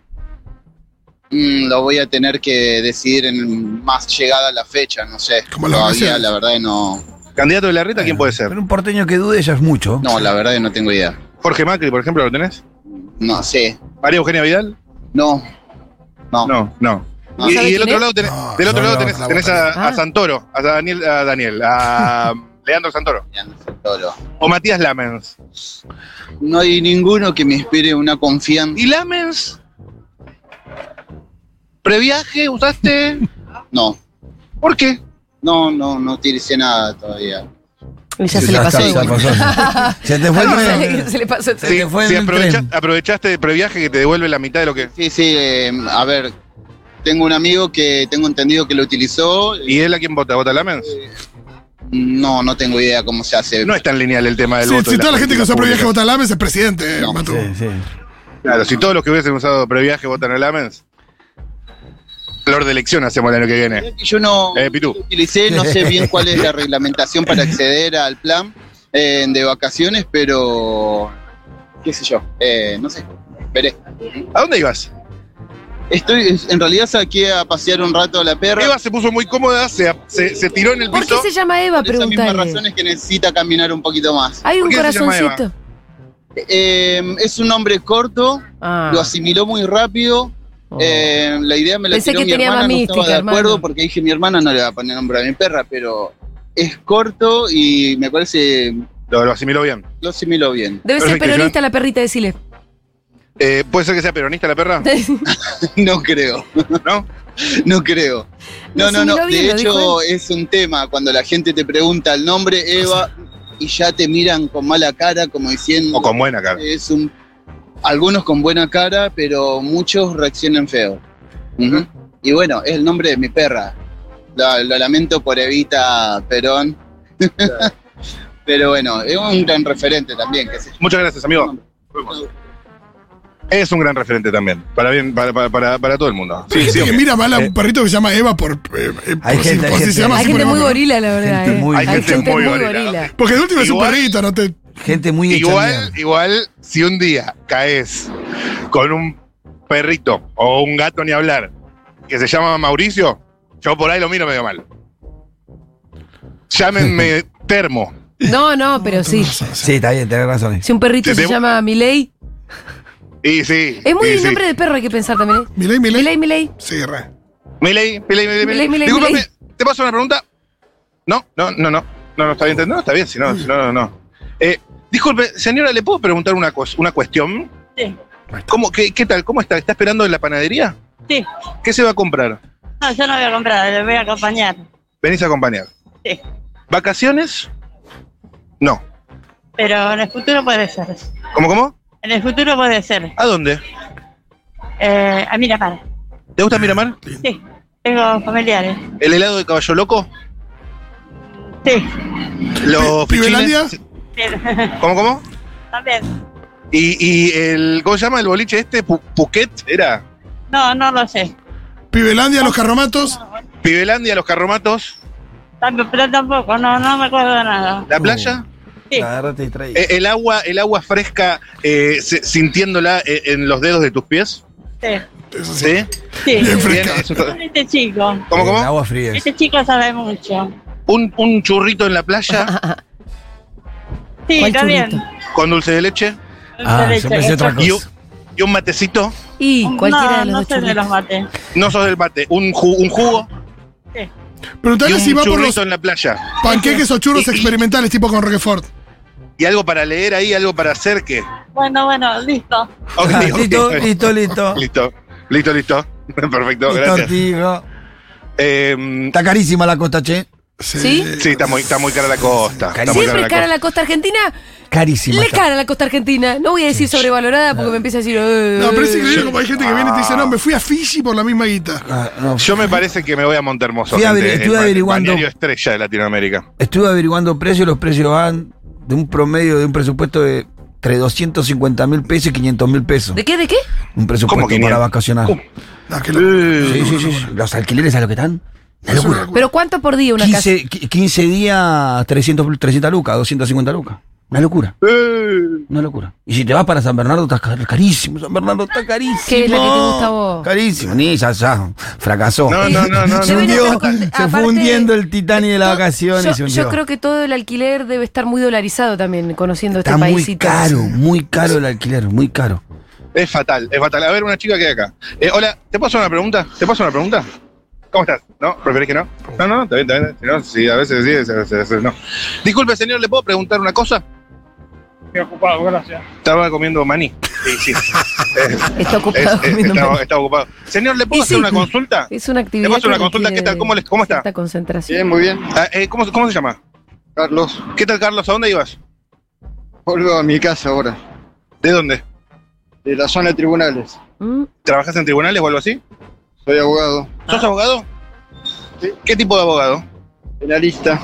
Speaker 5: Mm, lo voy a tener que decidir en más llegada la fecha, no sé.
Speaker 2: Como las
Speaker 5: Todavía,
Speaker 2: vacaciones.
Speaker 5: la verdad, que no.
Speaker 4: ¿Candidato de la reta quién puede ser?
Speaker 3: Pero un porteño que dude ya es mucho.
Speaker 5: No, la verdad, que no tengo idea.
Speaker 4: Jorge Macri, por ejemplo, ¿lo tenés?
Speaker 5: No sé.
Speaker 4: ¿María Eugenia Vidal?
Speaker 5: No. No.
Speaker 4: No, no.
Speaker 5: No
Speaker 4: y,
Speaker 1: sabe
Speaker 4: y del
Speaker 1: quién
Speaker 4: otro
Speaker 1: es?
Speaker 4: lado tenés,
Speaker 2: No,
Speaker 4: del otro
Speaker 2: no
Speaker 4: lado
Speaker 2: la-
Speaker 4: tenés,
Speaker 2: la
Speaker 4: tenés a,
Speaker 1: botaría.
Speaker 4: a
Speaker 1: Ah.
Speaker 4: Daniel, a Daniel, a Daniel, a Leandro Santoro
Speaker 5: Ya no sé, todo.
Speaker 4: o Matías Lamens.
Speaker 5: No hay ninguno que me inspire una confianza.
Speaker 4: ¿Y Lamens? ¿Previaje usaste?
Speaker 5: No.
Speaker 4: ¿Por qué?
Speaker 5: No, no, no utilicé nada todavía.
Speaker 1: Y ya se le
Speaker 3: Ya
Speaker 1: pasó.
Speaker 3: está, ya
Speaker 1: igual.
Speaker 3: pasó. Se te fue el tren.
Speaker 4: eh,
Speaker 1: Se le pasó el tren.
Speaker 3: Se te fue
Speaker 4: si
Speaker 3: el
Speaker 4: aprovecha-
Speaker 3: tren.
Speaker 4: aprovechaste de previaje que te devuelve la mitad de lo que...
Speaker 5: Sí, sí, eh, a ver. Tengo un amigo que tengo entendido que lo utilizó. y-
Speaker 4: ¿Y él a quién vota? ¿Vota Lamens? Eh,
Speaker 5: No, no tengo idea cómo se hace.
Speaker 4: No es tan lineal el tema del
Speaker 2: Sí,
Speaker 4: voto.
Speaker 2: si
Speaker 4: de
Speaker 2: toda la gente que usa
Speaker 4: política
Speaker 2: previaje vota a Lames es presidente, eh,
Speaker 5: No,
Speaker 2: Matu.
Speaker 3: Sí, sí.
Speaker 4: pública. Claro, si todos los que hubiesen usado previaje votan a Lamens, flor de elección hacemos el año que viene.
Speaker 5: Yo no
Speaker 4: Eh, Pitu.
Speaker 5: lo utilicé, no sé bien cuál es la reglamentación para acceder al plan eh, de vacaciones, pero qué sé yo, eh, no sé, veré.
Speaker 4: ¿A dónde ibas?
Speaker 5: Estoy, en realidad saqué a pasear un rato a la perra.
Speaker 4: Eva se puso muy cómoda, se, se- se tiró en el
Speaker 1: ¿Por
Speaker 4: piso.
Speaker 1: qué se llama Eva?
Speaker 5: Por esas mismas
Speaker 1: Preguntale.
Speaker 5: razones que necesita caminar un poquito más.
Speaker 1: Hay un
Speaker 4: ¿Por qué se llama Eva?
Speaker 1: corazoncito.
Speaker 5: Eh, es un hombre corto,
Speaker 1: Ah. Oh.
Speaker 5: lo asimiló muy rápido. eh, la idea me la
Speaker 1: Pensé
Speaker 5: tiró
Speaker 1: que
Speaker 5: mi
Speaker 1: tenía
Speaker 5: hermana,
Speaker 1: más
Speaker 5: no estaba
Speaker 1: mística,
Speaker 5: de acuerdo
Speaker 1: hermano.
Speaker 5: porque dije mi hermana no le va a poner nombre a mi perra, pero es corto y me parece
Speaker 4: Lo, lo asimiló bien.
Speaker 5: lo asimiló bien.
Speaker 1: Debe ser
Speaker 4: Perfecto, Joan.
Speaker 1: peronista la perrita de Chile.
Speaker 4: Eh, ¿Puede ser que sea peronista la perra?
Speaker 5: No creo.
Speaker 4: ¿No?
Speaker 5: No creo.
Speaker 1: No,
Speaker 5: No, no,
Speaker 1: sí,
Speaker 5: no.
Speaker 1: lo vi,
Speaker 5: De
Speaker 1: lo dijo
Speaker 5: hecho, es un tema cuando la gente te pregunta el nombre Eva y ya te miran con mala cara, como diciendo.
Speaker 4: O con buena cara.
Speaker 5: Es un. Algunos con buena cara, pero muchos reaccionan feo. Ujú. Y bueno, es el nombre de mi perra. Lo, lo lamento por Evita Perón. Pero bueno, es un gran referente también. qué sé yo.
Speaker 4: Muchas gracias, amigo. Es un gran referente también. Para bien, para, para, para, para todo el mundo.
Speaker 2: Hay gente que
Speaker 4: ok.
Speaker 2: mira mal a
Speaker 4: Eh.
Speaker 2: un perrito que se llama Eva por. eh, eh,
Speaker 3: Hay
Speaker 2: por si-
Speaker 3: gente- hay
Speaker 2: por si
Speaker 3: gente-
Speaker 2: se llama
Speaker 1: Hay
Speaker 2: así
Speaker 1: gente
Speaker 2: por
Speaker 1: muy
Speaker 2: el nombre.
Speaker 1: gorila, la verdad.
Speaker 3: Gente
Speaker 1: eh.
Speaker 3: muy-
Speaker 1: Hay gente, muy gorila.
Speaker 2: Porque el último es un
Speaker 4: Igual-
Speaker 2: perrito, no te.
Speaker 3: Gente muy hecha
Speaker 4: Igual,
Speaker 3: mierda.
Speaker 4: igual, si un día caes con un perrito o un gato ni hablar que se llama Mauricio, yo por ahí lo miro medio mal. Llámenme termo.
Speaker 1: No, no, pero sí.
Speaker 3: Sí, está bien, tenés razón. eh.
Speaker 1: Si un perrito
Speaker 4: Te-
Speaker 1: se
Speaker 4: te-
Speaker 1: llama Milei.
Speaker 4: Y sí.
Speaker 1: Es muy
Speaker 4: y sí.
Speaker 1: nombre de perro, hay que pensar también. ¿eh?
Speaker 2: Milei, Milei.
Speaker 1: Milei, Milei.
Speaker 2: Sí, re.
Speaker 4: Milei, Milei, Milei,
Speaker 1: Milei, Milei,
Speaker 4: Discúlpame,
Speaker 1: Milei.
Speaker 4: ¿te paso una pregunta? No, no, no, no. No, no, está bien. No, está bien, si no, si no, no, no. Eh, disculpe, señora, ¿le puedo preguntar una, cos- una cuestión?
Speaker 6: Sí.
Speaker 4: ¿Cómo, qué, ¿Qué tal? ¿Cómo está? ¿Está esperando en la panadería?
Speaker 6: Sí.
Speaker 4: ¿Qué se va a comprar?
Speaker 6: No, yo no voy a comprar, le voy a acompañar.
Speaker 4: Venís a acompañar.
Speaker 6: Sí.
Speaker 4: ¿Vacaciones? No.
Speaker 6: Pero en el futuro puede ser.
Speaker 4: ¿Cómo, cómo?
Speaker 6: En el futuro puede ser.
Speaker 4: ¿A dónde?
Speaker 6: Eh, a Miramar.
Speaker 4: ¿Te gusta Miramar?
Speaker 6: Sí. Tengo familiares.
Speaker 4: ¿El helado de caballo loco?
Speaker 6: Sí.
Speaker 4: ¿Los
Speaker 2: Pi- Pibelandia.
Speaker 4: fichines?
Speaker 6: Bien.
Speaker 4: ¿Cómo, cómo?
Speaker 6: También.
Speaker 4: Y, y el, ¿cómo se llama el boliche este? Pu- ¿Puquet? ¿Era?
Speaker 6: No, no lo sé.
Speaker 2: Pibelandia, los carromatos.
Speaker 4: Pibelandia, los carromatos,
Speaker 6: Tamp- pero tampoco, no, no me acuerdo de nada.
Speaker 4: la
Speaker 3: Uh.
Speaker 4: playa,
Speaker 6: Sí.
Speaker 3: Agárrate y trae.
Speaker 4: eh, el agua, el agua fresca, eh, se- sintiéndola eh, en los dedos de tus pies.
Speaker 6: Sí.
Speaker 2: Eso sí.
Speaker 4: Sí.
Speaker 6: Sí.
Speaker 2: Bien
Speaker 4: Bien,
Speaker 2: fresca.
Speaker 4: eso está-
Speaker 6: Este chico.
Speaker 4: ¿Cómo,
Speaker 3: El
Speaker 4: cómo?
Speaker 3: agua fría. es.
Speaker 6: Este chico sabe mucho.
Speaker 4: Un, un churrito en la
Speaker 1: Ah.
Speaker 4: playa
Speaker 6: Sí,
Speaker 1: ¿Cuál
Speaker 6: está bien.
Speaker 1: churrito?
Speaker 4: con dulce de leche
Speaker 3: Ah,
Speaker 6: Dulce
Speaker 3: yo
Speaker 6: de
Speaker 3: pensé
Speaker 6: leche.
Speaker 3: otra
Speaker 4: y un,
Speaker 3: cosa.
Speaker 4: y un matecito.
Speaker 1: Y
Speaker 6: no,
Speaker 1: cualquiera de los
Speaker 6: no
Speaker 1: dos
Speaker 6: sé de
Speaker 1: churritos.
Speaker 6: los mates.
Speaker 4: No sos del mate, un, ju- un jugo y
Speaker 2: Preguntale
Speaker 4: un
Speaker 2: si va por
Speaker 4: churrito
Speaker 2: los
Speaker 4: en la playa.
Speaker 2: panqueques o churros experimentales tipo con Roquefort.
Speaker 4: Y algo para leer ahí, algo para hacer que.
Speaker 6: Bueno, bueno, listo.
Speaker 4: Ok,
Speaker 3: Ah,
Speaker 4: ok.
Speaker 3: Listo, listo, listo.
Speaker 4: listo, listo, listo. Perfecto,
Speaker 3: Listo,
Speaker 4: gracias.
Speaker 3: Ortigo.
Speaker 4: Eh,
Speaker 3: Está carísima la costa, che.
Speaker 1: ¿Sí?
Speaker 4: sí, está muy, está muy cara la costa. Está muy
Speaker 1: Siempre
Speaker 4: cara la
Speaker 1: es cara
Speaker 4: costa.
Speaker 1: la costa argentina.
Speaker 3: Carísima.
Speaker 1: Le es
Speaker 3: está.
Speaker 1: cara la costa argentina. No voy a decir sobrevalorada porque me empieza a decir. eh,
Speaker 2: No, pero es
Speaker 1: eh.
Speaker 2: increíble como hay gente que viene y te dice, no, me fui a Fiji por la misma guita.
Speaker 3: Ah, no.
Speaker 4: Yo me parece que me voy a Montermoso.
Speaker 3: Fui a
Speaker 4: gente,
Speaker 3: averi-
Speaker 4: el
Speaker 3: estuve
Speaker 4: ba-
Speaker 3: averiguando.
Speaker 4: balneario estrella de Latinoamérica.
Speaker 3: Estuve averiguando precios, los precios van de un promedio de un presupuesto de entre 250 mil pesos y 500 mil pesos.
Speaker 1: ¿De qué? ¿De qué?
Speaker 3: Un presupuesto
Speaker 4: ¿Cómo 500?
Speaker 3: para vacacionar.
Speaker 4: ¿Cómo?
Speaker 2: No, que lo-
Speaker 3: Sí, sí, sí, sí. Los alquileres a lo que están. Una
Speaker 2: es una
Speaker 3: locura.
Speaker 2: locura.
Speaker 1: ¿Pero cuánto por día una casa?
Speaker 3: 15, qui- 15 días, 300, pl- 300 lucas, 250 lucas. Una locura,
Speaker 4: Eh,
Speaker 3: una locura. Y si te vas para San Bernardo, está car- carísimo. San Bernardo está carísimo.
Speaker 1: ¿Qué es la que te gusta a vos?
Speaker 3: Carísimo. Ni ya, ya. Fracasó.
Speaker 4: No, no, no, no.
Speaker 3: Se
Speaker 1: Deben
Speaker 3: hundió,
Speaker 1: estar con-
Speaker 3: se fue
Speaker 1: aparte-
Speaker 3: hundiendo el Titanic de las
Speaker 1: To-
Speaker 3: vacaciones.
Speaker 1: yo-
Speaker 3: se
Speaker 1: Yo,
Speaker 3: hundió.
Speaker 1: creo que todo el alquiler debe estar muy dolarizado también, conociendo
Speaker 3: Está
Speaker 1: este
Speaker 3: muy
Speaker 1: paísito.
Speaker 3: caro, muy caro el alquiler, muy caro.
Speaker 4: Es fatal, es fatal. A ver, una chica que hay acá. Eh, hola, ¿te paso una pregunta? ¿Te paso una pregunta? ¿Cómo estás? ¿No? ¿Preferís que no? No, no, no, está bien, está bien. Si no, sí, a veces sí, a veces, a veces no. Disculpe, señor, ¿le puedo preguntar una cosa?
Speaker 7: Estoy ocupado, gracias.
Speaker 4: Estaba comiendo maní. Sí, sí. Eh,
Speaker 1: Está
Speaker 4: es-
Speaker 1: ocupado.
Speaker 4: es-
Speaker 1: menos mal.
Speaker 4: estaba, estaba ocupado. Señor, ¿le puedo
Speaker 1: Y
Speaker 4: hacer
Speaker 1: sí.
Speaker 4: una consulta?
Speaker 1: Es una actividad.
Speaker 4: paso una
Speaker 1: que
Speaker 4: consulta,
Speaker 1: requiere
Speaker 4: ¿qué tal?
Speaker 1: de
Speaker 4: ¿Cómo les- cómo está?
Speaker 1: cierta concentración.
Speaker 5: Bien, muy bien.
Speaker 4: Ah, eh, ¿cómo, cómo se llama?
Speaker 5: Carlos,
Speaker 4: ¿Qué tal, Carlos? ¿A dónde ibas?
Speaker 5: vuelvo a mi casa ahora,
Speaker 4: ¿De dónde?
Speaker 5: de la zona de tribunales.
Speaker 1: Mm.
Speaker 4: ¿Trabajas en tribunales o algo así?
Speaker 5: Soy abogado,
Speaker 4: ¿Sos abogado?
Speaker 5: Sí.
Speaker 4: ¿Qué tipo de abogado?
Speaker 5: penalista.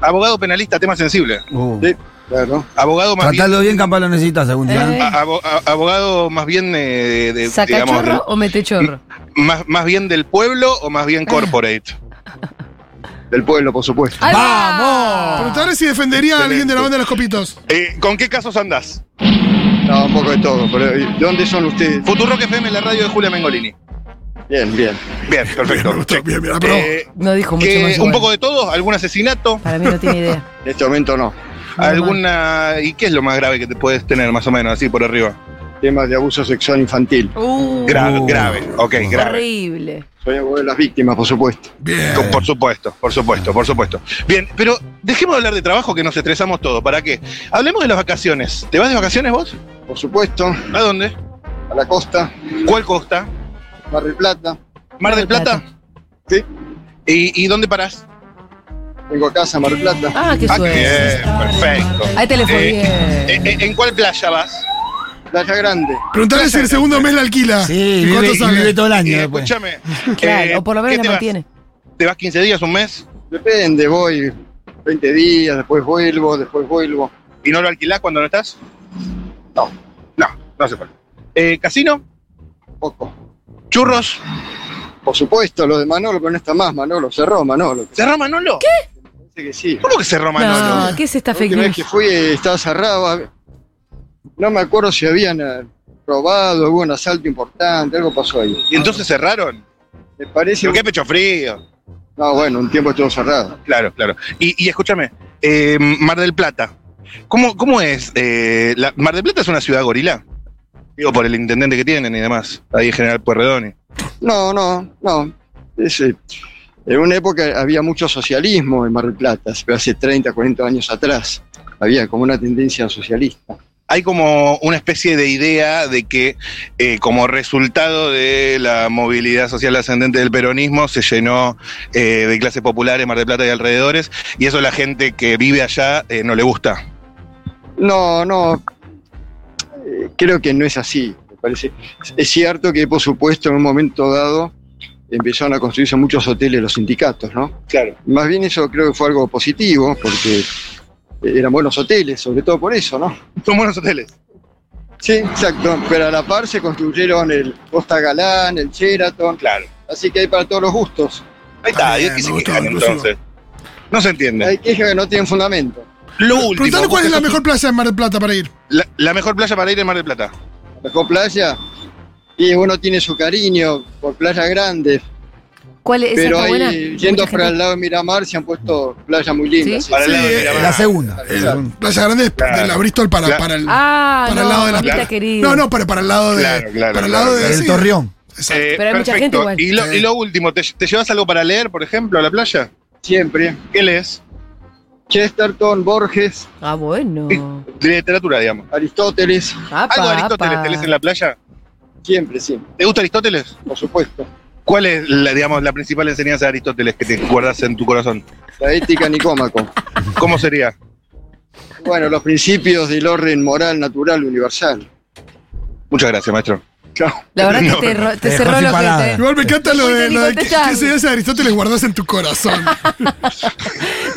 Speaker 4: Abogado penalista, tema sensible.
Speaker 3: Uh.
Speaker 5: Sí. Claro.
Speaker 4: Abogado más bien,
Speaker 3: Tratalo bien, capaz lo necesitas algún día.
Speaker 1: Eh.
Speaker 4: a- abo- a- abogado más bien eh, de,
Speaker 1: ¿Saca
Speaker 4: digamos,
Speaker 1: chorro o mete chorro?
Speaker 4: más, más bien del pueblo o más bien corporate.
Speaker 5: Del pueblo, por supuesto.
Speaker 1: ¡Ahí va!
Speaker 2: Preguntarle si defendería a alguien de la
Speaker 4: Excelente.
Speaker 2: banda de los copitos.
Speaker 4: Eh, ¿Con qué casos andás?
Speaker 5: No, un poco de todo, pero ¿y ¿de dónde son ustedes?
Speaker 4: Futuro que FM, la radio de Julia Mengolini.
Speaker 5: Bien, bien.
Speaker 4: Bien,
Speaker 2: Bien, me
Speaker 4: perfecto.
Speaker 2: gustó, Ah,
Speaker 4: Check.
Speaker 2: bien, bien, la probó.
Speaker 4: Eh,
Speaker 1: No dijo mucho
Speaker 4: que-
Speaker 1: más.
Speaker 4: un
Speaker 1: igual.
Speaker 4: poco de todo, algún asesinato,
Speaker 1: Para mí no tiene idea.
Speaker 5: En este momento no.
Speaker 4: alguna y qué es lo más grave que te puedes tener más o menos así por arriba.
Speaker 5: Temas de abuso sexual infantil.
Speaker 1: Uh,
Speaker 4: Grave,
Speaker 3: Uh.
Speaker 4: grave. Ok, grave.
Speaker 1: horrible.
Speaker 5: Soy abogado de las víctimas, por supuesto.
Speaker 2: Bien.
Speaker 4: Con- Por supuesto, por supuesto, por supuesto. Bien, pero dejemos de hablar de trabajo que nos estresamos todos. ¿Para qué? Hablemos de las vacaciones. ¿Te vas de vacaciones vos?
Speaker 5: Por supuesto,
Speaker 4: ¿A dónde?
Speaker 5: a la costa,
Speaker 4: ¿Cuál costa?
Speaker 5: Mar del Plata.
Speaker 4: ¿Mar del Plata?
Speaker 5: Sí.
Speaker 4: ¿Y, y dónde parás?
Speaker 5: Vengo a casa, Mar del Plata.
Speaker 1: Ah, qué
Speaker 4: Ah, qué
Speaker 1: suerte.
Speaker 4: bien, perfecto.
Speaker 1: Ahí te le fue
Speaker 4: Eh,
Speaker 1: bien.
Speaker 4: eh, ¿En cuál playa vas?
Speaker 5: Playa Grande.
Speaker 2: Preguntarle si el segundo mes la alquila.
Speaker 1: Eh.
Speaker 3: Sí,
Speaker 2: ¿Y
Speaker 3: vive,
Speaker 2: cuánto
Speaker 3: y
Speaker 2: sale?
Speaker 3: vive todo el
Speaker 4: Y
Speaker 3: año después.
Speaker 4: Eh, escúchame.
Speaker 1: Ah, pues. Claro,
Speaker 4: eh,
Speaker 1: o por lo
Speaker 4: ¿qué
Speaker 1: menos
Speaker 4: te
Speaker 1: la
Speaker 4: vas?
Speaker 1: mantiene.
Speaker 4: ¿Te vas 15 días, un mes?
Speaker 8: Depende, voy 20 días, después vuelvo, después vuelvo.
Speaker 4: ¿Y no lo alquilás cuando no estás? No. No, no hace falta. Eh, ¿Casino?
Speaker 8: Poco.
Speaker 4: ¿Churros?
Speaker 8: Por supuesto, lo de Manolo, pero no está más, Manolo, cerró Manolo.
Speaker 4: ¿Cerró Manolo? ¿Qué?
Speaker 8: Dice que sí.
Speaker 4: ¿Cómo que cerró Manolo?
Speaker 1: No, ¿qué es esta
Speaker 8: La
Speaker 1: fake
Speaker 8: última vez que
Speaker 1: news?
Speaker 8: fui eh, estaba cerrado. a- No me acuerdo si habían eh, robado, hubo un asalto importante, algo pasó ahí.
Speaker 4: ¿Y entonces cerraron?
Speaker 8: Me parece.
Speaker 4: ¿Pero qué pecho frío?
Speaker 8: No, bueno, un tiempo estuvo cerrado.
Speaker 4: Claro, claro. Y, y escúchame, eh, Mar del Plata. ¿Cómo, cómo es? eh, la- ¿Mar del Plata es una ciudad gorila? Digo, por el intendente que tienen y demás. Ahí en General Puerredoni.
Speaker 8: No, no, no. Es, eh, en una época había mucho socialismo en Mar del Plata, pero hace 30, 40 años atrás. Había como una tendencia socialista.
Speaker 4: Hay como una especie de idea de que eh, como resultado de la movilidad social ascendente del peronismo se llenó eh, de clases populares Mar del Plata y alrededores y eso la gente que vive allá eh, no le gusta.
Speaker 8: No, no. Eh, creo que no es así, me parece. Es cierto que, por supuesto, en un momento dado empezaron a construirse muchos hoteles los sindicatos, ¿no?
Speaker 4: Claro.
Speaker 8: Más bien eso creo que fue algo positivo, porque eh, eran buenos hoteles, sobre todo por eso, ¿no?
Speaker 4: Son buenos hoteles.
Speaker 8: Sí, exacto. Pero a la par se construyeron el Costa Galán, el Sheraton,
Speaker 4: Claro.
Speaker 8: así que hay para todos los gustos.
Speaker 4: Ahí está,
Speaker 2: Ah,
Speaker 4: Dios que
Speaker 2: me
Speaker 4: se
Speaker 2: gustó,
Speaker 4: quejan,
Speaker 2: inclusivo.
Speaker 4: entonces. No se entiende.
Speaker 8: Hay quejas que no tienen fundamento.
Speaker 4: Lo último.
Speaker 2: Preguntale cuál
Speaker 4: vos
Speaker 2: es la
Speaker 4: que sos-
Speaker 2: mejor plaza de Mar del Plata para ir.
Speaker 4: la, la mejor playa para ir en Mar del Plata.
Speaker 8: Mejor playa, y uno tiene su cariño por playas grandes,
Speaker 1: ¿Cuál es esa
Speaker 8: Pero
Speaker 1: está buena?
Speaker 8: ahí, yendo
Speaker 1: Mucha
Speaker 8: para
Speaker 1: gente-
Speaker 8: el lado de Miramar, se han puesto playas muy
Speaker 1: ¿Sí?
Speaker 8: lindas. sí.
Speaker 4: Para el
Speaker 2: Sí,
Speaker 4: lado de
Speaker 2: eh,
Speaker 4: Miramar.
Speaker 3: La segunda.
Speaker 8: Eh,
Speaker 3: Segunda.
Speaker 2: Playa Grande es
Speaker 4: Claro.
Speaker 2: de la Bristol para,
Speaker 4: Claro.
Speaker 2: para el,
Speaker 1: Ah, no,
Speaker 2: para el lado de la
Speaker 1: mamita
Speaker 4: plata.
Speaker 1: querida.
Speaker 2: No, no, pero para el lado de.
Speaker 4: Claro, claro,
Speaker 2: para el lado
Speaker 4: claro,
Speaker 2: de.
Speaker 3: El
Speaker 2: sí.
Speaker 3: Torreón.
Speaker 2: Exacto.
Speaker 4: Eh,
Speaker 1: Pero hay mucha
Speaker 4: perfecto.
Speaker 1: gente igual.
Speaker 4: Y lo,
Speaker 2: Sí.
Speaker 4: y lo último, ¿te, te llevas algo para leer, por ejemplo, a la playa?
Speaker 8: Siempre.
Speaker 4: ¿Qué lees?
Speaker 8: Chesterton, Borges,
Speaker 1: Ah, bueno.
Speaker 4: De literatura, digamos.
Speaker 8: Aristóteles,
Speaker 1: Apa,
Speaker 4: ¿Algo de Aristóteles
Speaker 1: apa.
Speaker 4: te lees en la playa?
Speaker 8: siempre, siempre,
Speaker 4: ¿Te gusta Aristóteles?
Speaker 8: por supuesto.
Speaker 4: ¿Cuál es, la, digamos, la principal enseñanza de Aristóteles que te guardas en tu corazón?
Speaker 8: La ética nicómaco.
Speaker 4: ¿Cómo sería?
Speaker 8: Bueno, los principios del orden moral, natural, universal.
Speaker 4: Muchas gracias, maestro.
Speaker 8: Claro.
Speaker 1: La verdad
Speaker 4: No,
Speaker 1: que te,
Speaker 4: no.
Speaker 1: ro- te
Speaker 3: Te
Speaker 1: cerró
Speaker 3: dejó sin
Speaker 1: lo
Speaker 3: palabras.
Speaker 1: que
Speaker 2: Igual me encanta lo
Speaker 1: Muy
Speaker 2: de,
Speaker 1: bien,
Speaker 2: la de que,
Speaker 1: contestame.
Speaker 2: que se de Aristóteles guardás en tu corazón.
Speaker 1: te-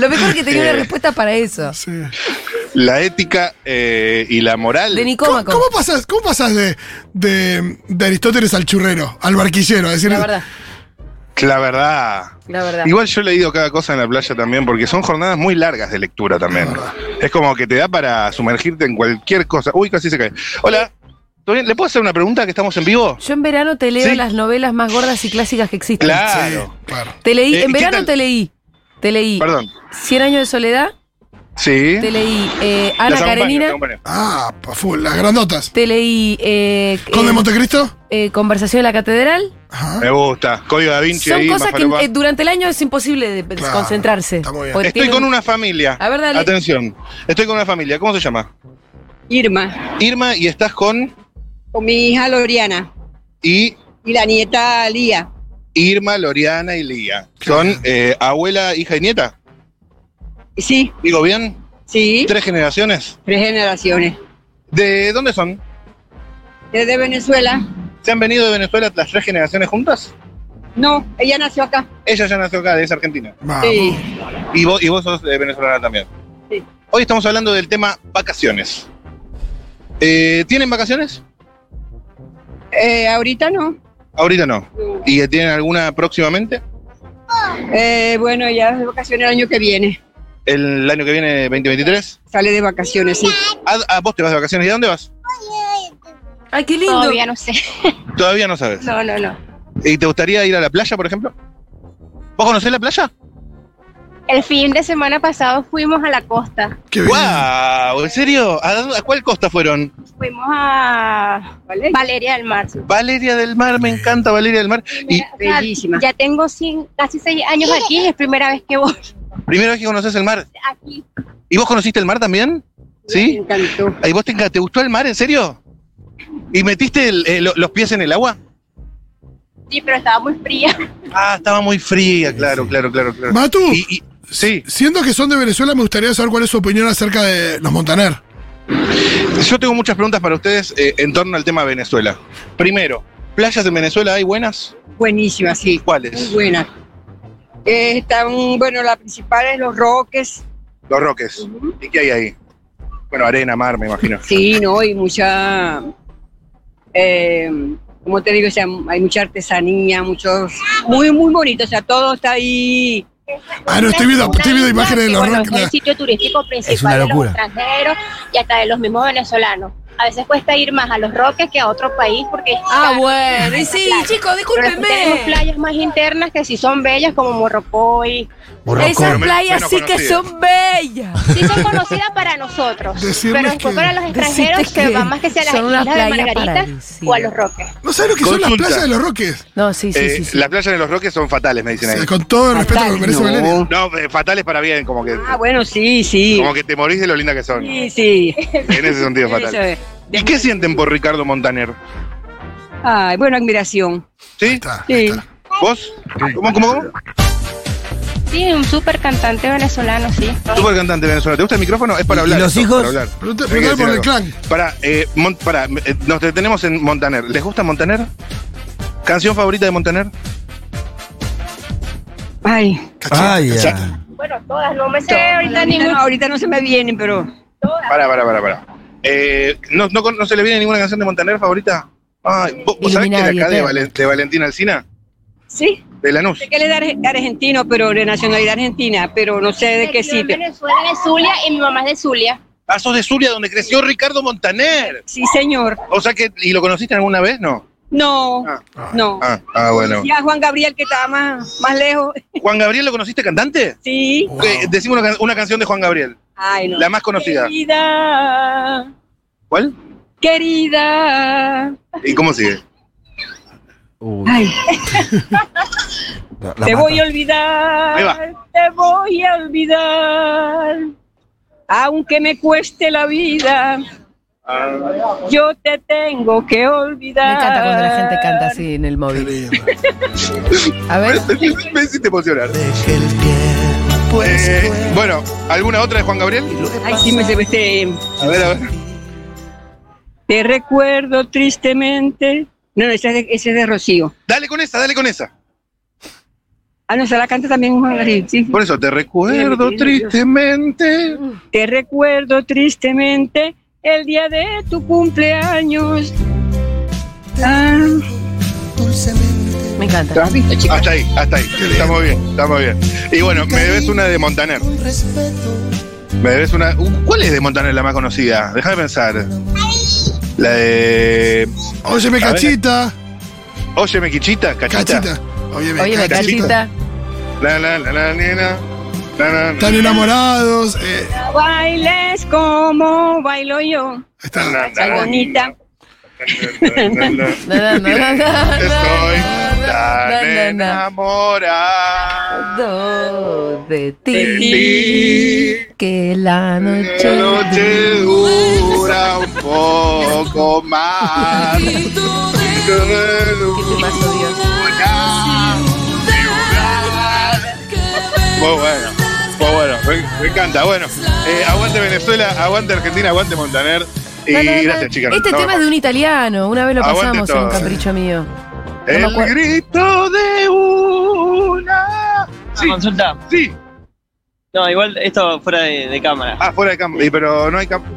Speaker 1: Lo mejor que tenía una
Speaker 4: Eh.
Speaker 1: respuesta para eso.
Speaker 2: Sí.
Speaker 4: La ética eh, y la moral.
Speaker 1: De
Speaker 2: ¿Cómo,
Speaker 1: Nicómaco.
Speaker 2: cómo pasás, cómo pasás de, de, de Aristóteles al churrero, al barquillero? a decir,
Speaker 1: La verdad,
Speaker 4: La verdad.
Speaker 1: la verdad.
Speaker 4: Igual yo he leído cada cosa en la playa también, porque son jornadas muy largas de lectura también. Es como que te da para sumergirte en cualquier cosa. Uy, casi se cae. Hola, ¿todo bien? ¿le puedo hacer una pregunta que estamos en vivo?
Speaker 1: Yo en verano te leo
Speaker 4: Sí.
Speaker 1: las novelas más gordas y clásicas que existen.
Speaker 4: Claro.
Speaker 2: Sí, claro.
Speaker 1: Te leí,
Speaker 4: Eh,
Speaker 1: en
Speaker 4: ¿y qué
Speaker 1: verano
Speaker 4: tal?
Speaker 1: te leí. Te leí
Speaker 4: Perdón.
Speaker 1: 100 años de soledad,
Speaker 4: Sí.
Speaker 1: te leí eh,
Speaker 4: Las
Speaker 1: Ana
Speaker 4: acompaño,
Speaker 1: Karenina,
Speaker 4: las acompaño.
Speaker 2: Ah, pa' full, las grandotas.
Speaker 1: te leí eh,
Speaker 2: ¿Con de
Speaker 1: eh,
Speaker 2: Montecristo?
Speaker 1: eh, Conversación en la Catedral.
Speaker 4: Eh,
Speaker 2: Ajá.
Speaker 4: Me gusta. Código da Vinci
Speaker 1: Son
Speaker 4: ahí,
Speaker 1: cosas que
Speaker 4: Mafalopá.
Speaker 1: eh, durante el año es imposible de de
Speaker 2: Claro,
Speaker 1: concentrarse.
Speaker 2: está muy bien.
Speaker 1: porque
Speaker 4: Estoy
Speaker 1: tienen-
Speaker 4: con una familia.
Speaker 1: A ver, Ah, dale.
Speaker 4: Atención. Estoy con una familia. ¿Cómo se llama?
Speaker 9: Irma,
Speaker 4: Irma y estás con.
Speaker 9: con mi hija Loriana
Speaker 4: Y
Speaker 9: y la nieta Lía.
Speaker 4: Irma, Loriana y Lía. Son eh, abuela, hija y nieta.
Speaker 9: Y Sí,
Speaker 4: ¿Digo bien?
Speaker 9: sí,
Speaker 4: ¿Tres generaciones?
Speaker 9: tres generaciones.
Speaker 4: ¿De dónde son?
Speaker 9: Desde Venezuela.
Speaker 4: ¿Se han venido de Venezuela las tres generaciones juntas?
Speaker 9: No, ella nació acá.
Speaker 4: Ella ya nació acá, es argentina.
Speaker 3: Ah,
Speaker 2: Vamos.
Speaker 9: Sí,
Speaker 4: Y vos, y vos sos eh, venezolana también.
Speaker 9: Sí.
Speaker 4: Hoy estamos hablando del tema vacaciones. Eh, ¿Tienen vacaciones?
Speaker 9: Eh, ahorita no.
Speaker 4: Ahorita no. ¿Y eh, tienen alguna próximamente?
Speaker 9: Eh, bueno, ya de vacaciones el año que viene.
Speaker 4: ¿El año que viene, 2023?
Speaker 9: Sale de vacaciones, sí.
Speaker 4: ¿A, a vos te vas de vacaciones? ¿Y a dónde vas?
Speaker 1: Ay, qué lindo.
Speaker 10: Todavía no sé.
Speaker 4: Todavía no sabes.
Speaker 9: No, no, no.
Speaker 4: ¿Y te gustaría ir a la playa, por ejemplo? ¿Vos conocés la playa?
Speaker 10: El fin de semana pasado fuimos a la costa.
Speaker 2: Qué bien.
Speaker 4: ¡Wow! ¿En serio? ¿A, dónde- a cuál costa fueron?
Speaker 10: Fuimos a
Speaker 9: ¿Vale?
Speaker 10: Valeria del Mar.
Speaker 4: Valeria del Mar, me encanta Valeria del Mar. Y
Speaker 9: Bellísima.
Speaker 10: Ya tengo cin- casi seis años aquí y es primera vez que voy
Speaker 4: primera vez que conoces el mar.
Speaker 10: aquí.
Speaker 4: ¿Y vos conociste el mar también?
Speaker 9: Me
Speaker 4: ¿Sí?
Speaker 9: encantó.
Speaker 4: ¿Y vos te, enca- te gustó el mar, en serio? ¿Y metiste el- eh, lo- los pies en el agua?
Speaker 10: Sí, pero estaba muy fría.
Speaker 4: Ah, estaba muy fría, claro, claro, claro, claro.
Speaker 2: Matu,
Speaker 4: Y- y- sí,
Speaker 2: siendo que son de Venezuela, me gustaría saber cuál es su opinión acerca de los Montaner.
Speaker 4: yo tengo muchas preguntas para ustedes eh, en torno al tema Venezuela. Primero, ¿playas en Venezuela hay buenas?
Speaker 9: Buenísima, sí. Muy
Speaker 4: ¿Cuáles?
Speaker 9: buena. Eh, están, bueno, la principal es Los Roques.
Speaker 4: Los Roques. ¿Y qué hay ahí? Bueno, arena, mar, me imagino.
Speaker 9: Sí, ¿no? Y mucha, eh, como te digo, o sea, hay mucha artesanía, muchos, muy, muy bonito, o sea, todo está ahí.
Speaker 2: Ah, no, estoy viendo- estoy viendo imágenes de los
Speaker 10: Bueno,
Speaker 2: Roques.
Speaker 10: Es el sitio turístico
Speaker 3: Es una
Speaker 10: principal de los
Speaker 3: locura.
Speaker 10: extranjeros y hasta de los mismos venezolanos. A veces cuesta ir más a los Roques que a otro país porque es
Speaker 1: Ah,
Speaker 10: caro.
Speaker 1: bueno, y sí, chicos,
Speaker 10: Pero después tenemos
Speaker 1: discúlpenme.
Speaker 10: playas más internas que sí son bellas como Morrocoy.
Speaker 1: Esas
Speaker 3: Morrocoy.
Speaker 1: playas
Speaker 4: Menos
Speaker 1: sí que
Speaker 4: conocidas.
Speaker 1: son bellas.
Speaker 10: Sí son conocidas para nosotros,
Speaker 2: Decirles
Speaker 10: pero después
Speaker 2: que-
Speaker 10: para los extranjeros
Speaker 1: decirte
Speaker 10: se
Speaker 1: que
Speaker 10: van más que sea a las
Speaker 1: son unas
Speaker 10: islas de
Speaker 1: playas
Speaker 10: Margarita o a
Speaker 1: paradisíacas.
Speaker 10: los Roques.
Speaker 2: No sabes lo que son
Speaker 4: Consulta.
Speaker 2: las playas de los Roques.
Speaker 1: No, sí, sí,
Speaker 4: Eh,
Speaker 1: sí. sí.
Speaker 4: Las playas de los Roques son fatales, me
Speaker 2: O
Speaker 4: dicen ahí.
Speaker 2: sea, con todo el respeto que me merece Valeria.
Speaker 5: No,
Speaker 4: No, eh, fatales para bien, como que,
Speaker 9: Ah, bueno, sí, sí.
Speaker 4: como que te morís de lo linda que son.
Speaker 9: Sí, sí.
Speaker 4: En ese sentido,
Speaker 9: Eso
Speaker 4: fatal.
Speaker 9: es.
Speaker 4: ¿Y qué sienten por Ricardo Montaner?
Speaker 9: Ay, bueno, admiración.
Speaker 4: ¿Sí?
Speaker 2: Está,
Speaker 9: Sí.
Speaker 2: está.
Speaker 4: ¿Vos? ¿Cómo, cómo, cómo?
Speaker 10: Sí, un súper cantante venezolano, sí.
Speaker 4: Súper cantante venezolano. ¿Te gusta el micrófono? Es
Speaker 3: ¿Y
Speaker 4: para hablar.
Speaker 3: los
Speaker 4: esto,
Speaker 3: hijos?
Speaker 4: Para hablar.
Speaker 2: Pregunta-
Speaker 4: Tengo que
Speaker 2: preguntale por el
Speaker 4: decir algo.
Speaker 2: clan.
Speaker 4: Pará, eh, Mon- pará, eh, nos detenemos en Montaner. ¿Les gusta Montaner? ¿Canción favorita de Montaner?
Speaker 9: Ay,
Speaker 3: Ay, ya.
Speaker 10: Bueno, todas, no me sé
Speaker 9: ahorita,
Speaker 10: Eh, ahorita
Speaker 9: no,
Speaker 10: ninguna.
Speaker 9: ahorita no se me vienen, pero
Speaker 4: Pará, pará, pará, pará. Eh, ¿no, no, con- no se le viene ninguna canción de Montaner favorita? Ay, ¿Vos, vos sabés que
Speaker 1: Iluminada
Speaker 4: de acá
Speaker 1: y
Speaker 4: de,
Speaker 1: eterna.
Speaker 4: Valen- de Valentina Alcina?
Speaker 9: sí.
Speaker 4: De Lanús.
Speaker 9: Sé que él es de Arge- argentino, pero de nacionalidad argentina, pero no sé de qué
Speaker 10: Yo en
Speaker 9: sitio.
Speaker 10: Venezuela de Zulia y mi mamá es de Zulia.
Speaker 4: Ah, sos de Zulia, donde creció Ricardo Montaner.
Speaker 9: Sí, señor.
Speaker 4: O sea que, ¿y lo conociste alguna vez? No.
Speaker 9: No,
Speaker 4: Ah, ah,
Speaker 9: no.
Speaker 4: Ah, ah, bueno.
Speaker 9: Y a Juan Gabriel, que estaba más, más lejos.
Speaker 4: ¿Juan Gabriel lo conociste cantante?
Speaker 9: Sí.
Speaker 4: Eh, decime una, can- una canción de Juan Gabriel.
Speaker 9: Ay, no.
Speaker 4: La más conocida.
Speaker 9: Querida,
Speaker 4: ¿Cuál?
Speaker 9: querida.
Speaker 4: ¿Y cómo sigue?
Speaker 3: Uy,
Speaker 9: Ay,
Speaker 3: la- la
Speaker 9: te
Speaker 3: mata.
Speaker 9: voy a
Speaker 4: Ahí
Speaker 9: olvidar.
Speaker 4: va.
Speaker 9: Te voy a olvidar. Aunque me cueste la vida,
Speaker 4: Ah.
Speaker 9: yo te tengo que
Speaker 1: Me
Speaker 9: olvidar.
Speaker 1: encanta cuando la gente canta así en el móvil. A ver.
Speaker 4: Me hiciste emocionar. Eh, bueno, ¿alguna otra de Juan Gabriel?
Speaker 9: Ay, sí, me se me este-
Speaker 4: A ver, a ver.
Speaker 9: Te recuerdo tristemente. No, no, ese es de, ese es de Rocío.
Speaker 4: Dale con esa, dale con esa.
Speaker 9: Ah, no, se la canta también Juan Gabriel. Sí, sí.
Speaker 4: Por eso, te recuerdo tristemente.
Speaker 9: Te recuerdo tristemente el día de tu cumpleaños. Ah,
Speaker 1: Me encanta.
Speaker 4: Hasta ahí, hasta ahí. Está muy bien, está muy bien. Y bueno, me debes una de Montaner. Me debes una. uh, ¿Cuál es de Montaner la más conocida? Déjame pensar. La de.
Speaker 2: Óyeme,
Speaker 4: A ver.
Speaker 2: cachita.
Speaker 4: Óyeme, Quichita, Cachita.
Speaker 2: Cachita. Óyeme,
Speaker 1: Oye, la cachita.
Speaker 4: La, la, la, la, nena. La, la, la,
Speaker 2: Están enamorados. eh,
Speaker 9: bailes como bailo yo.
Speaker 2: está.
Speaker 4: la, la, la,
Speaker 9: Bonita.
Speaker 4: la, la, la.
Speaker 1: Na, na, na, na, na, na,
Speaker 4: Estoy tan
Speaker 1: na, na.
Speaker 4: enamorado
Speaker 1: Do de
Speaker 4: de
Speaker 1: ti.
Speaker 4: ti.
Speaker 1: Que la
Speaker 4: La
Speaker 1: noche.
Speaker 4: noche dura un poco más.
Speaker 1: ¿Qué te pasó, Dios?
Speaker 4: Muy bueno, muy bueno, me, me encanta. Bueno, eh, aguante Venezuela, aguante Argentina, aguante Montaner. Y
Speaker 1: Na, na, na.
Speaker 4: gracias, chicas.
Speaker 1: Este
Speaker 4: Nos
Speaker 1: tema es de un italiano. Una vez lo
Speaker 4: Aguante
Speaker 1: pasamos en
Speaker 4: todo.
Speaker 1: un capricho mío.
Speaker 4: El
Speaker 1: No me acuerdo.
Speaker 4: grito de una. Sí,
Speaker 7: Ah, Consulta.
Speaker 4: sí.
Speaker 7: No, igual esto fuera de, de cámara.
Speaker 4: Ah, fuera de campo. Y, pero no hay campo.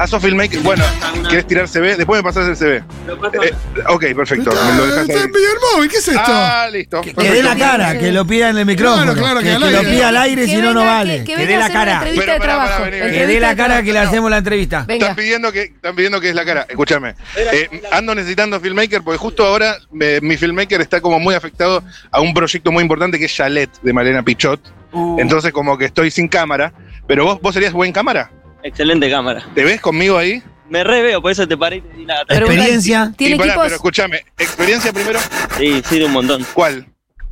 Speaker 4: Ah, sos filmmaker. Bueno, ¿querés tirar CV? Después me pasás el CV. Eh, ok, perfecto. Me lo
Speaker 2: Está
Speaker 4: dejás
Speaker 2: está
Speaker 4: ahí.
Speaker 2: en medio del móvil, ¿qué es esto?
Speaker 4: Ah, listo.
Speaker 3: Que dé Pues la cara, que lo pida en el micrófono.
Speaker 2: Claro, claro, que
Speaker 3: que,
Speaker 2: al
Speaker 3: que lo
Speaker 2: aire.
Speaker 3: pida al aire, si no, no
Speaker 1: venga,
Speaker 3: vale.
Speaker 1: Que, que
Speaker 3: Que,
Speaker 1: venga
Speaker 3: dé
Speaker 1: a
Speaker 3: la
Speaker 1: hacer una
Speaker 3: cara.
Speaker 1: entrevista de
Speaker 4: Pero pará, pará,
Speaker 1: trabajo.
Speaker 4: vení, vení.
Speaker 3: Que dé
Speaker 1: Entrevista
Speaker 3: la
Speaker 1: de
Speaker 3: cara que le
Speaker 1: trabajo.
Speaker 3: hacemos la entrevista.
Speaker 1: Venga.
Speaker 4: Están pidiendo, que, están pidiendo que es la cara. Escúchame. Eh, ando necesitando filmmaker porque justo ahora eh, mi filmmaker está como muy afectado a un proyecto muy importante que es Chalet de Malena Pichot.
Speaker 1: Uh.
Speaker 4: Entonces, como que estoy sin cámara. Pero vos, vos serías buen cámara.
Speaker 7: Excelente cámara.
Speaker 4: ¿Te ves conmigo ahí?
Speaker 7: Me re veo, por eso te paré y te di la gata.
Speaker 1: Pregunta-
Speaker 3: Experiencia.
Speaker 1: ¿Tiene
Speaker 4: Y pará,
Speaker 1: equipos?
Speaker 4: pero escúchame. ¿Experiencia primero?
Speaker 7: Sí, sí, de un montón.
Speaker 4: ¿Cuál?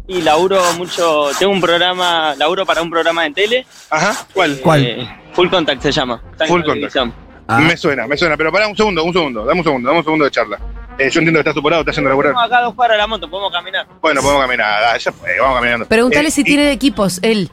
Speaker 7: Y laburo mucho, tengo un programa, laburo para un programa de tele.
Speaker 4: Ajá, ¿cuál?
Speaker 3: ¿Cuál?
Speaker 7: Eh, Full Contact se llama. Está en
Speaker 4: Full
Speaker 7: televisión.
Speaker 3: Ah.
Speaker 4: Me suena, me suena. Pero pará un segundo, un segundo. Dame un segundo, dame un segundo de charla. Eh, yo entiendo que estás superado, estás yendo a laburar.
Speaker 7: Estamos acá a dos cuadras de la moto, podemos caminar.
Speaker 4: Bueno, podemos caminar. ah, ya fue, vamos caminando.
Speaker 1: Preguntale
Speaker 4: Eh,
Speaker 1: si
Speaker 4: y-
Speaker 1: tiene equipos, él.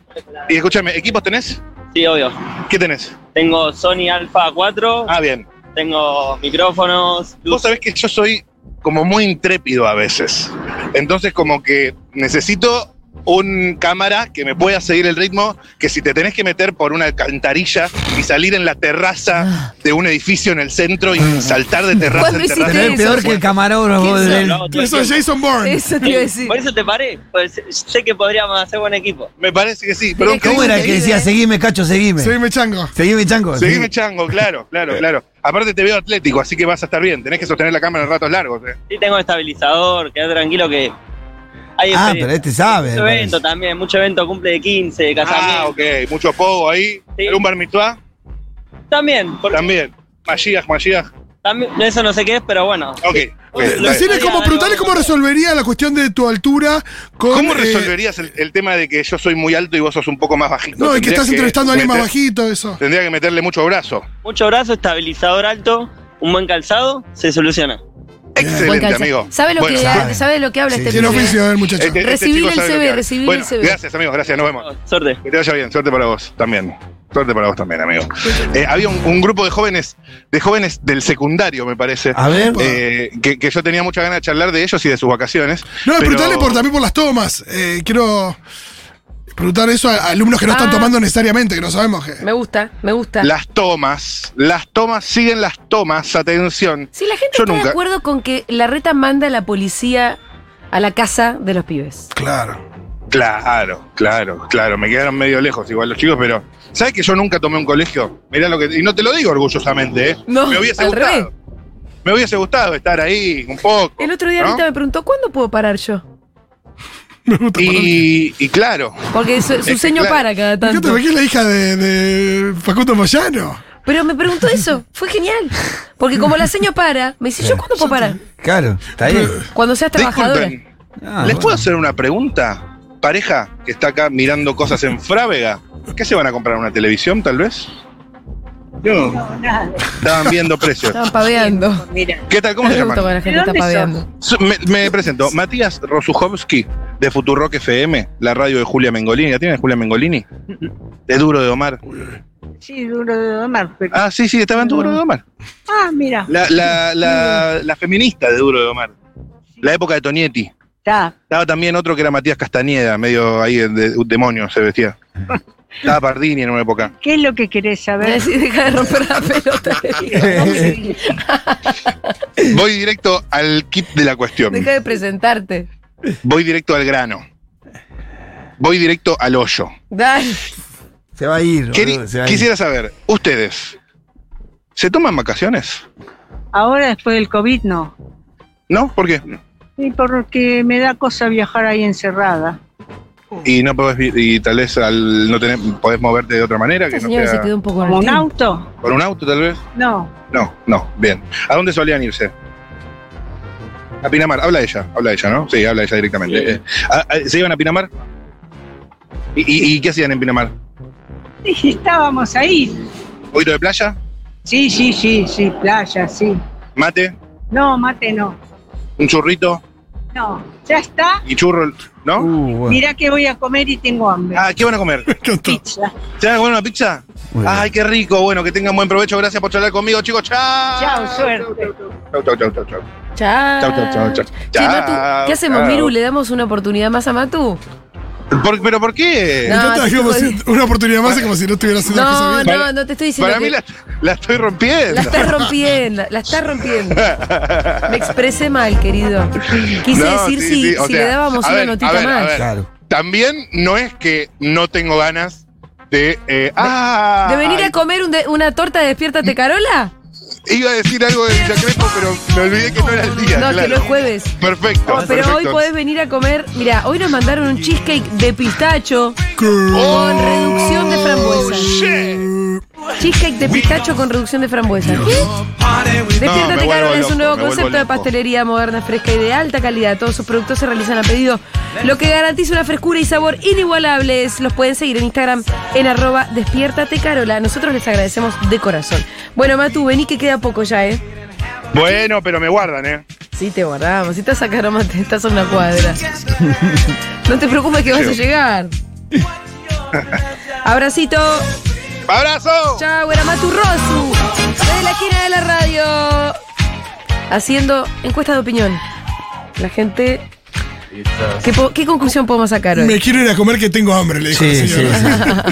Speaker 4: Y escúchame, ¿equipos tenés?
Speaker 7: Sí, obvio.
Speaker 4: ¿Qué tenés?
Speaker 7: Tengo Sony Alpha 4,
Speaker 4: Ah, bien.
Speaker 7: tengo micrófonos,
Speaker 4: Vos
Speaker 7: luces.
Speaker 4: sabés que yo soy como muy intrépido a veces. Entonces, como que necesito un cámara que me pueda seguir el ritmo, que si te tenés que meter por una alcantarilla y salir en la
Speaker 1: Ah.
Speaker 4: terraza de un edificio en el centro y saltar de terraza
Speaker 1: ¿Cuándo
Speaker 4: en terraza.
Speaker 1: Ah. hiciste
Speaker 3: Tener
Speaker 1: eso?
Speaker 3: peor que el camarógrafo
Speaker 1: ¿Quién
Speaker 3: del.
Speaker 7: Lo hago todo el
Speaker 2: Eso es
Speaker 7: tiempo.
Speaker 2: Jason Bourne.
Speaker 1: Eso te iba a decir.
Speaker 7: Por eso te paré. Pues, sé que podríamos hacer buen equipo.
Speaker 4: Me parece que sí. Pero
Speaker 1: Mira,
Speaker 3: ¿Cómo era el que decía seguime, cacho, seguime?
Speaker 2: Seguime, chango.
Speaker 4: Eh,
Speaker 3: Seguime, chango.
Speaker 4: Seguime, Chango, claro, claro, claro. Aparte te veo atlético, así que vas a estar bien. Tenés que sostener la cámara en ratos largos. eh.
Speaker 7: Sí, tengo estabilizador, queda tranquilo que. Hay
Speaker 3: Ah,
Speaker 7: experiencia.
Speaker 3: pero este sabe,
Speaker 7: Mucho
Speaker 3: parece.
Speaker 7: evento también, mucho evento, cumple de 15, de casamiento.
Speaker 4: Ah, ok. Mucho pogo ahí.
Speaker 7: Sí.
Speaker 4: ¿Algún bar mitzvah?
Speaker 7: También, porque
Speaker 4: También. Magías, magías.
Speaker 7: también- de eso no sé qué es, pero bueno.
Speaker 4: Ok. ok,
Speaker 7: Eh,
Speaker 4: está bien.
Speaker 2: Decirle
Speaker 7: Oiga,
Speaker 2: cómo,
Speaker 7: no,
Speaker 2: preguntarle
Speaker 7: no,
Speaker 2: cómo
Speaker 7: no.
Speaker 2: resolvería la cuestión de tu altura con.
Speaker 4: ¿Cómo
Speaker 2: eh,
Speaker 4: resolverías el, el tema de que yo soy muy alto y vos sos un poco más bajito?
Speaker 2: eh, No, y que
Speaker 4: Tendrías
Speaker 2: estás entrevistando a alguien más
Speaker 4: meter-
Speaker 2: bajito, eso.
Speaker 4: Tendría que meterle mucho brazo.
Speaker 7: Mucho brazo, estabilizador alto, un buen calzado, se soluciona.
Speaker 1: Buen
Speaker 4: Excelente,
Speaker 1: calza.
Speaker 4: amigo.
Speaker 1: ¿Sabe lo,
Speaker 4: Bueno,
Speaker 1: que,
Speaker 3: sabe.
Speaker 1: sabe lo que habla
Speaker 3: Sí,
Speaker 1: este
Speaker 2: Tiene
Speaker 1: pibe?
Speaker 2: oficio, el muchacho.
Speaker 4: este- este
Speaker 1: Recibile
Speaker 4: chico
Speaker 1: el
Speaker 4: sabe lo
Speaker 1: CV,
Speaker 4: que hace.
Speaker 1: recibile
Speaker 4: Bueno,
Speaker 1: el CV.
Speaker 4: Gracias, amigos, gracias, nos vemos.
Speaker 7: Suerte.
Speaker 4: Que te vaya bien, suerte para vos también. Suerte para vos también, amigo. Eh, había un, un grupo de jóvenes, de jóvenes del secundario, me parece.
Speaker 3: A ver.
Speaker 4: eh, que, que yo tenía mucha ganas de charlar de ellos y de sus vacaciones.
Speaker 2: No,
Speaker 4: pero-
Speaker 2: preguntarle por, también por las tomas. Eh, quiero preguntar eso a, a alumnos que no están
Speaker 1: Ah.
Speaker 2: tomando necesariamente, que no sabemos que.
Speaker 1: Me gusta, me gusta.
Speaker 4: Las tomas, las tomas, siguen las tomas, atención.
Speaker 1: Si la gente
Speaker 4: Yo
Speaker 1: está de
Speaker 4: nunca-
Speaker 1: acuerdo con que la reta manda a la policía a la casa de los pibes.
Speaker 2: Claro.
Speaker 4: Claro, claro, claro. Me quedaron medio lejos igual los chicos, pero. ¿Sabes que yo nunca tomé un colegio? Mirá lo que. Y no te lo digo orgullosamente, ¿eh?
Speaker 1: No,
Speaker 4: me hubiese
Speaker 1: al
Speaker 4: gustado.
Speaker 1: revés.
Speaker 4: Me hubiese gustado estar ahí un poco.
Speaker 1: El otro día
Speaker 4: ¿no?
Speaker 1: Rita me preguntó, ¿cuándo puedo parar yo?
Speaker 4: y, y claro,
Speaker 1: Porque su, su
Speaker 4: que
Speaker 1: ceño
Speaker 4: claro.
Speaker 1: para cada
Speaker 2: ¿Qué
Speaker 1: tanto.
Speaker 2: es la hija de, de Facundo Moyano?
Speaker 1: Pero me preguntó eso, fue genial. Porque como la seño para, me dice, ¿yo cuándo puedo parar?
Speaker 3: Claro, está bien.
Speaker 1: Cuando seas trabajadora.
Speaker 4: disculpen,
Speaker 3: Ah,
Speaker 4: ¿Les
Speaker 3: bueno.
Speaker 4: puedo hacer una pregunta? Pareja que está acá mirando cosas en Frávega, ¿qué se van a comprar? ¿Una televisión, tal vez? No,
Speaker 9: nada.
Speaker 4: estaban viendo precios.
Speaker 1: Estaban paveando.
Speaker 9: Mira,
Speaker 4: ¿Qué tal? ¿Cómo
Speaker 1: Me
Speaker 4: se
Speaker 1: gusta cuando
Speaker 4: llaman?
Speaker 1: la gente
Speaker 9: ¿De
Speaker 1: está
Speaker 9: dónde
Speaker 1: paveando.
Speaker 4: Su- Me, me presento, Matías Rosuchowski, de Futurock FM, la radio de Julia Mengolini. ¿La tienen Julia Mengolini? De Duro de Omar.
Speaker 9: sí, duro de domar. pero-
Speaker 4: Ah, sí, sí, estaba en Duro de Omar.
Speaker 9: Ah, mira.
Speaker 4: La, la, la, la feminista de Duro de Omar. La época de Tonietti.
Speaker 9: Está.
Speaker 4: Estaba también otro que era Matías Castañeda, medio ahí, de, un demonio se vestía. Estaba Pardini en una época.
Speaker 9: ¿Qué es lo que querés
Speaker 1: Me
Speaker 9: saber?
Speaker 1: decís, deja de romper la pelota. le digo.
Speaker 4: Voy directo al kit de la cuestión.
Speaker 1: Deja de presentarte.
Speaker 4: Voy directo al grano. Voy directo al hoyo.
Speaker 1: Dale.
Speaker 3: Se va a ir.
Speaker 4: Queri-
Speaker 3: boludo, se va a ir.
Speaker 4: quisiera saber, ustedes, ¿se toman vacaciones?
Speaker 9: Ahora después del COVID no.
Speaker 4: ¿No? ¿Por qué?
Speaker 9: Sí, porque me da cosa viajar ahí encerrada.
Speaker 4: Y no podés, vi- y tal vez al no tener, podés moverte de otra manera,
Speaker 1: Esta
Speaker 4: que no
Speaker 1: señora se
Speaker 4: sea-
Speaker 1: quedó un poco en
Speaker 9: ¿Como
Speaker 1: el
Speaker 9: un
Speaker 1: tiempo.
Speaker 9: auto?
Speaker 4: por un auto tal vez.
Speaker 9: No.
Speaker 4: No, no, bien. ¿A dónde solían irse? A Pinamar, habla ella, habla ella, ¿no? Sí, habla ella directamente.
Speaker 7: Sí.
Speaker 4: Eh, ¿a- a- ¿Se iban a Pinamar? ¿Y, y- y qué hacían en Pinamar?
Speaker 9: Sí, estábamos ahí.
Speaker 4: ¿Oído de playa?
Speaker 9: Sí, sí, sí, sí, playa, sí.
Speaker 4: ¿Mate?
Speaker 9: No, mate no.
Speaker 4: ¿Un churrito?
Speaker 9: No, ya está.
Speaker 4: ¿Y churro? ¿No?
Speaker 3: Uh, bueno.
Speaker 9: Mirá que voy a comer y tengo hambre.
Speaker 4: Ah, ¿qué van a comer?
Speaker 9: Pizza.
Speaker 4: ¿Se van a comer una pizza?
Speaker 3: Muy bien.
Speaker 4: Ay, qué rico. Bueno, que tengan buen provecho. Gracias por charlar conmigo, chicos. Chao.
Speaker 9: Chao, suerte.
Speaker 4: Chao, chao, chao, chao, chao.
Speaker 1: Chao.
Speaker 4: Chao, chao, chao, chao.
Speaker 1: Che, Matu,
Speaker 4: Chao,
Speaker 1: ¿qué hacemos,
Speaker 4: chao.
Speaker 1: Miru? ¿Le damos una oportunidad más a Matu?
Speaker 4: ¿Por- ¿Pero por qué?
Speaker 1: No,
Speaker 2: Entonces,
Speaker 1: Ah, sí,
Speaker 2: como
Speaker 1: sí.
Speaker 2: si- una oportunidad más es como si no estuviera haciendo las cosas
Speaker 1: No,
Speaker 2: bien.
Speaker 1: no, no te estoy diciendo
Speaker 4: Para
Speaker 1: que
Speaker 4: mí la, la estoy rompiendo.
Speaker 1: la estás rompiendo, la estás rompiendo. Me expresé mal, querido. Quise
Speaker 4: No,
Speaker 1: decir
Speaker 4: sí,
Speaker 1: si,
Speaker 4: sí, o
Speaker 1: si
Speaker 4: sea,
Speaker 1: le dábamos
Speaker 4: a
Speaker 1: una
Speaker 4: ver,
Speaker 1: notita
Speaker 4: a ver, a
Speaker 1: más.
Speaker 4: ver.
Speaker 3: Claro.
Speaker 4: También no es que no tengo ganas de. eh, ¡Ah!
Speaker 1: ¿De venir a comer un de- una torta de Despiértate Carola?
Speaker 4: Iba a decir algo de Villa Crespo, pero me olvidé que no era el día.
Speaker 1: No,
Speaker 4: claro.
Speaker 1: que no es jueves.
Speaker 4: Perfecto.
Speaker 1: No, pero hoy
Speaker 4: perfecto.
Speaker 1: podés venir a comer. Mira, hoy nos mandaron un cheesecake de pistacho con
Speaker 4: Oh,
Speaker 1: reducción de frambuesa. Cheesecake de pistacho con reducción de frambuesa. ¿Qué?
Speaker 4: No,
Speaker 1: Despiértate
Speaker 4: me
Speaker 1: Carola
Speaker 4: vuelvo
Speaker 1: es un nuevo
Speaker 4: loco, me vuelvo
Speaker 1: concepto de
Speaker 4: loco.
Speaker 1: pastelería moderna, fresca y de alta calidad. Todos sus productos se realizan a pedido, lo que garantiza una frescura y sabor inigualables. Los pueden seguir en Instagram en arroba despiértate Carola. Nosotros les agradecemos de corazón. Bueno, Matu, vení que queda poco ya, ¿eh?
Speaker 4: Bueno, pero me guardan, ¿eh?
Speaker 1: Sí, te guardamos. Si estás acá nomás, te- estás a una cuadra. No te preocupes que vas a llegar. Abracito.
Speaker 4: ¡Abrazo!
Speaker 1: Chau, era Matu Rosu. Desde la esquina de la radio. Haciendo encuesta de opinión. La gente ¿Qué, po- qué conclusión podemos sacar hoy?
Speaker 2: Me quiero ir a comer que tengo hambre, le dijo
Speaker 3: Sí,
Speaker 2: la señora.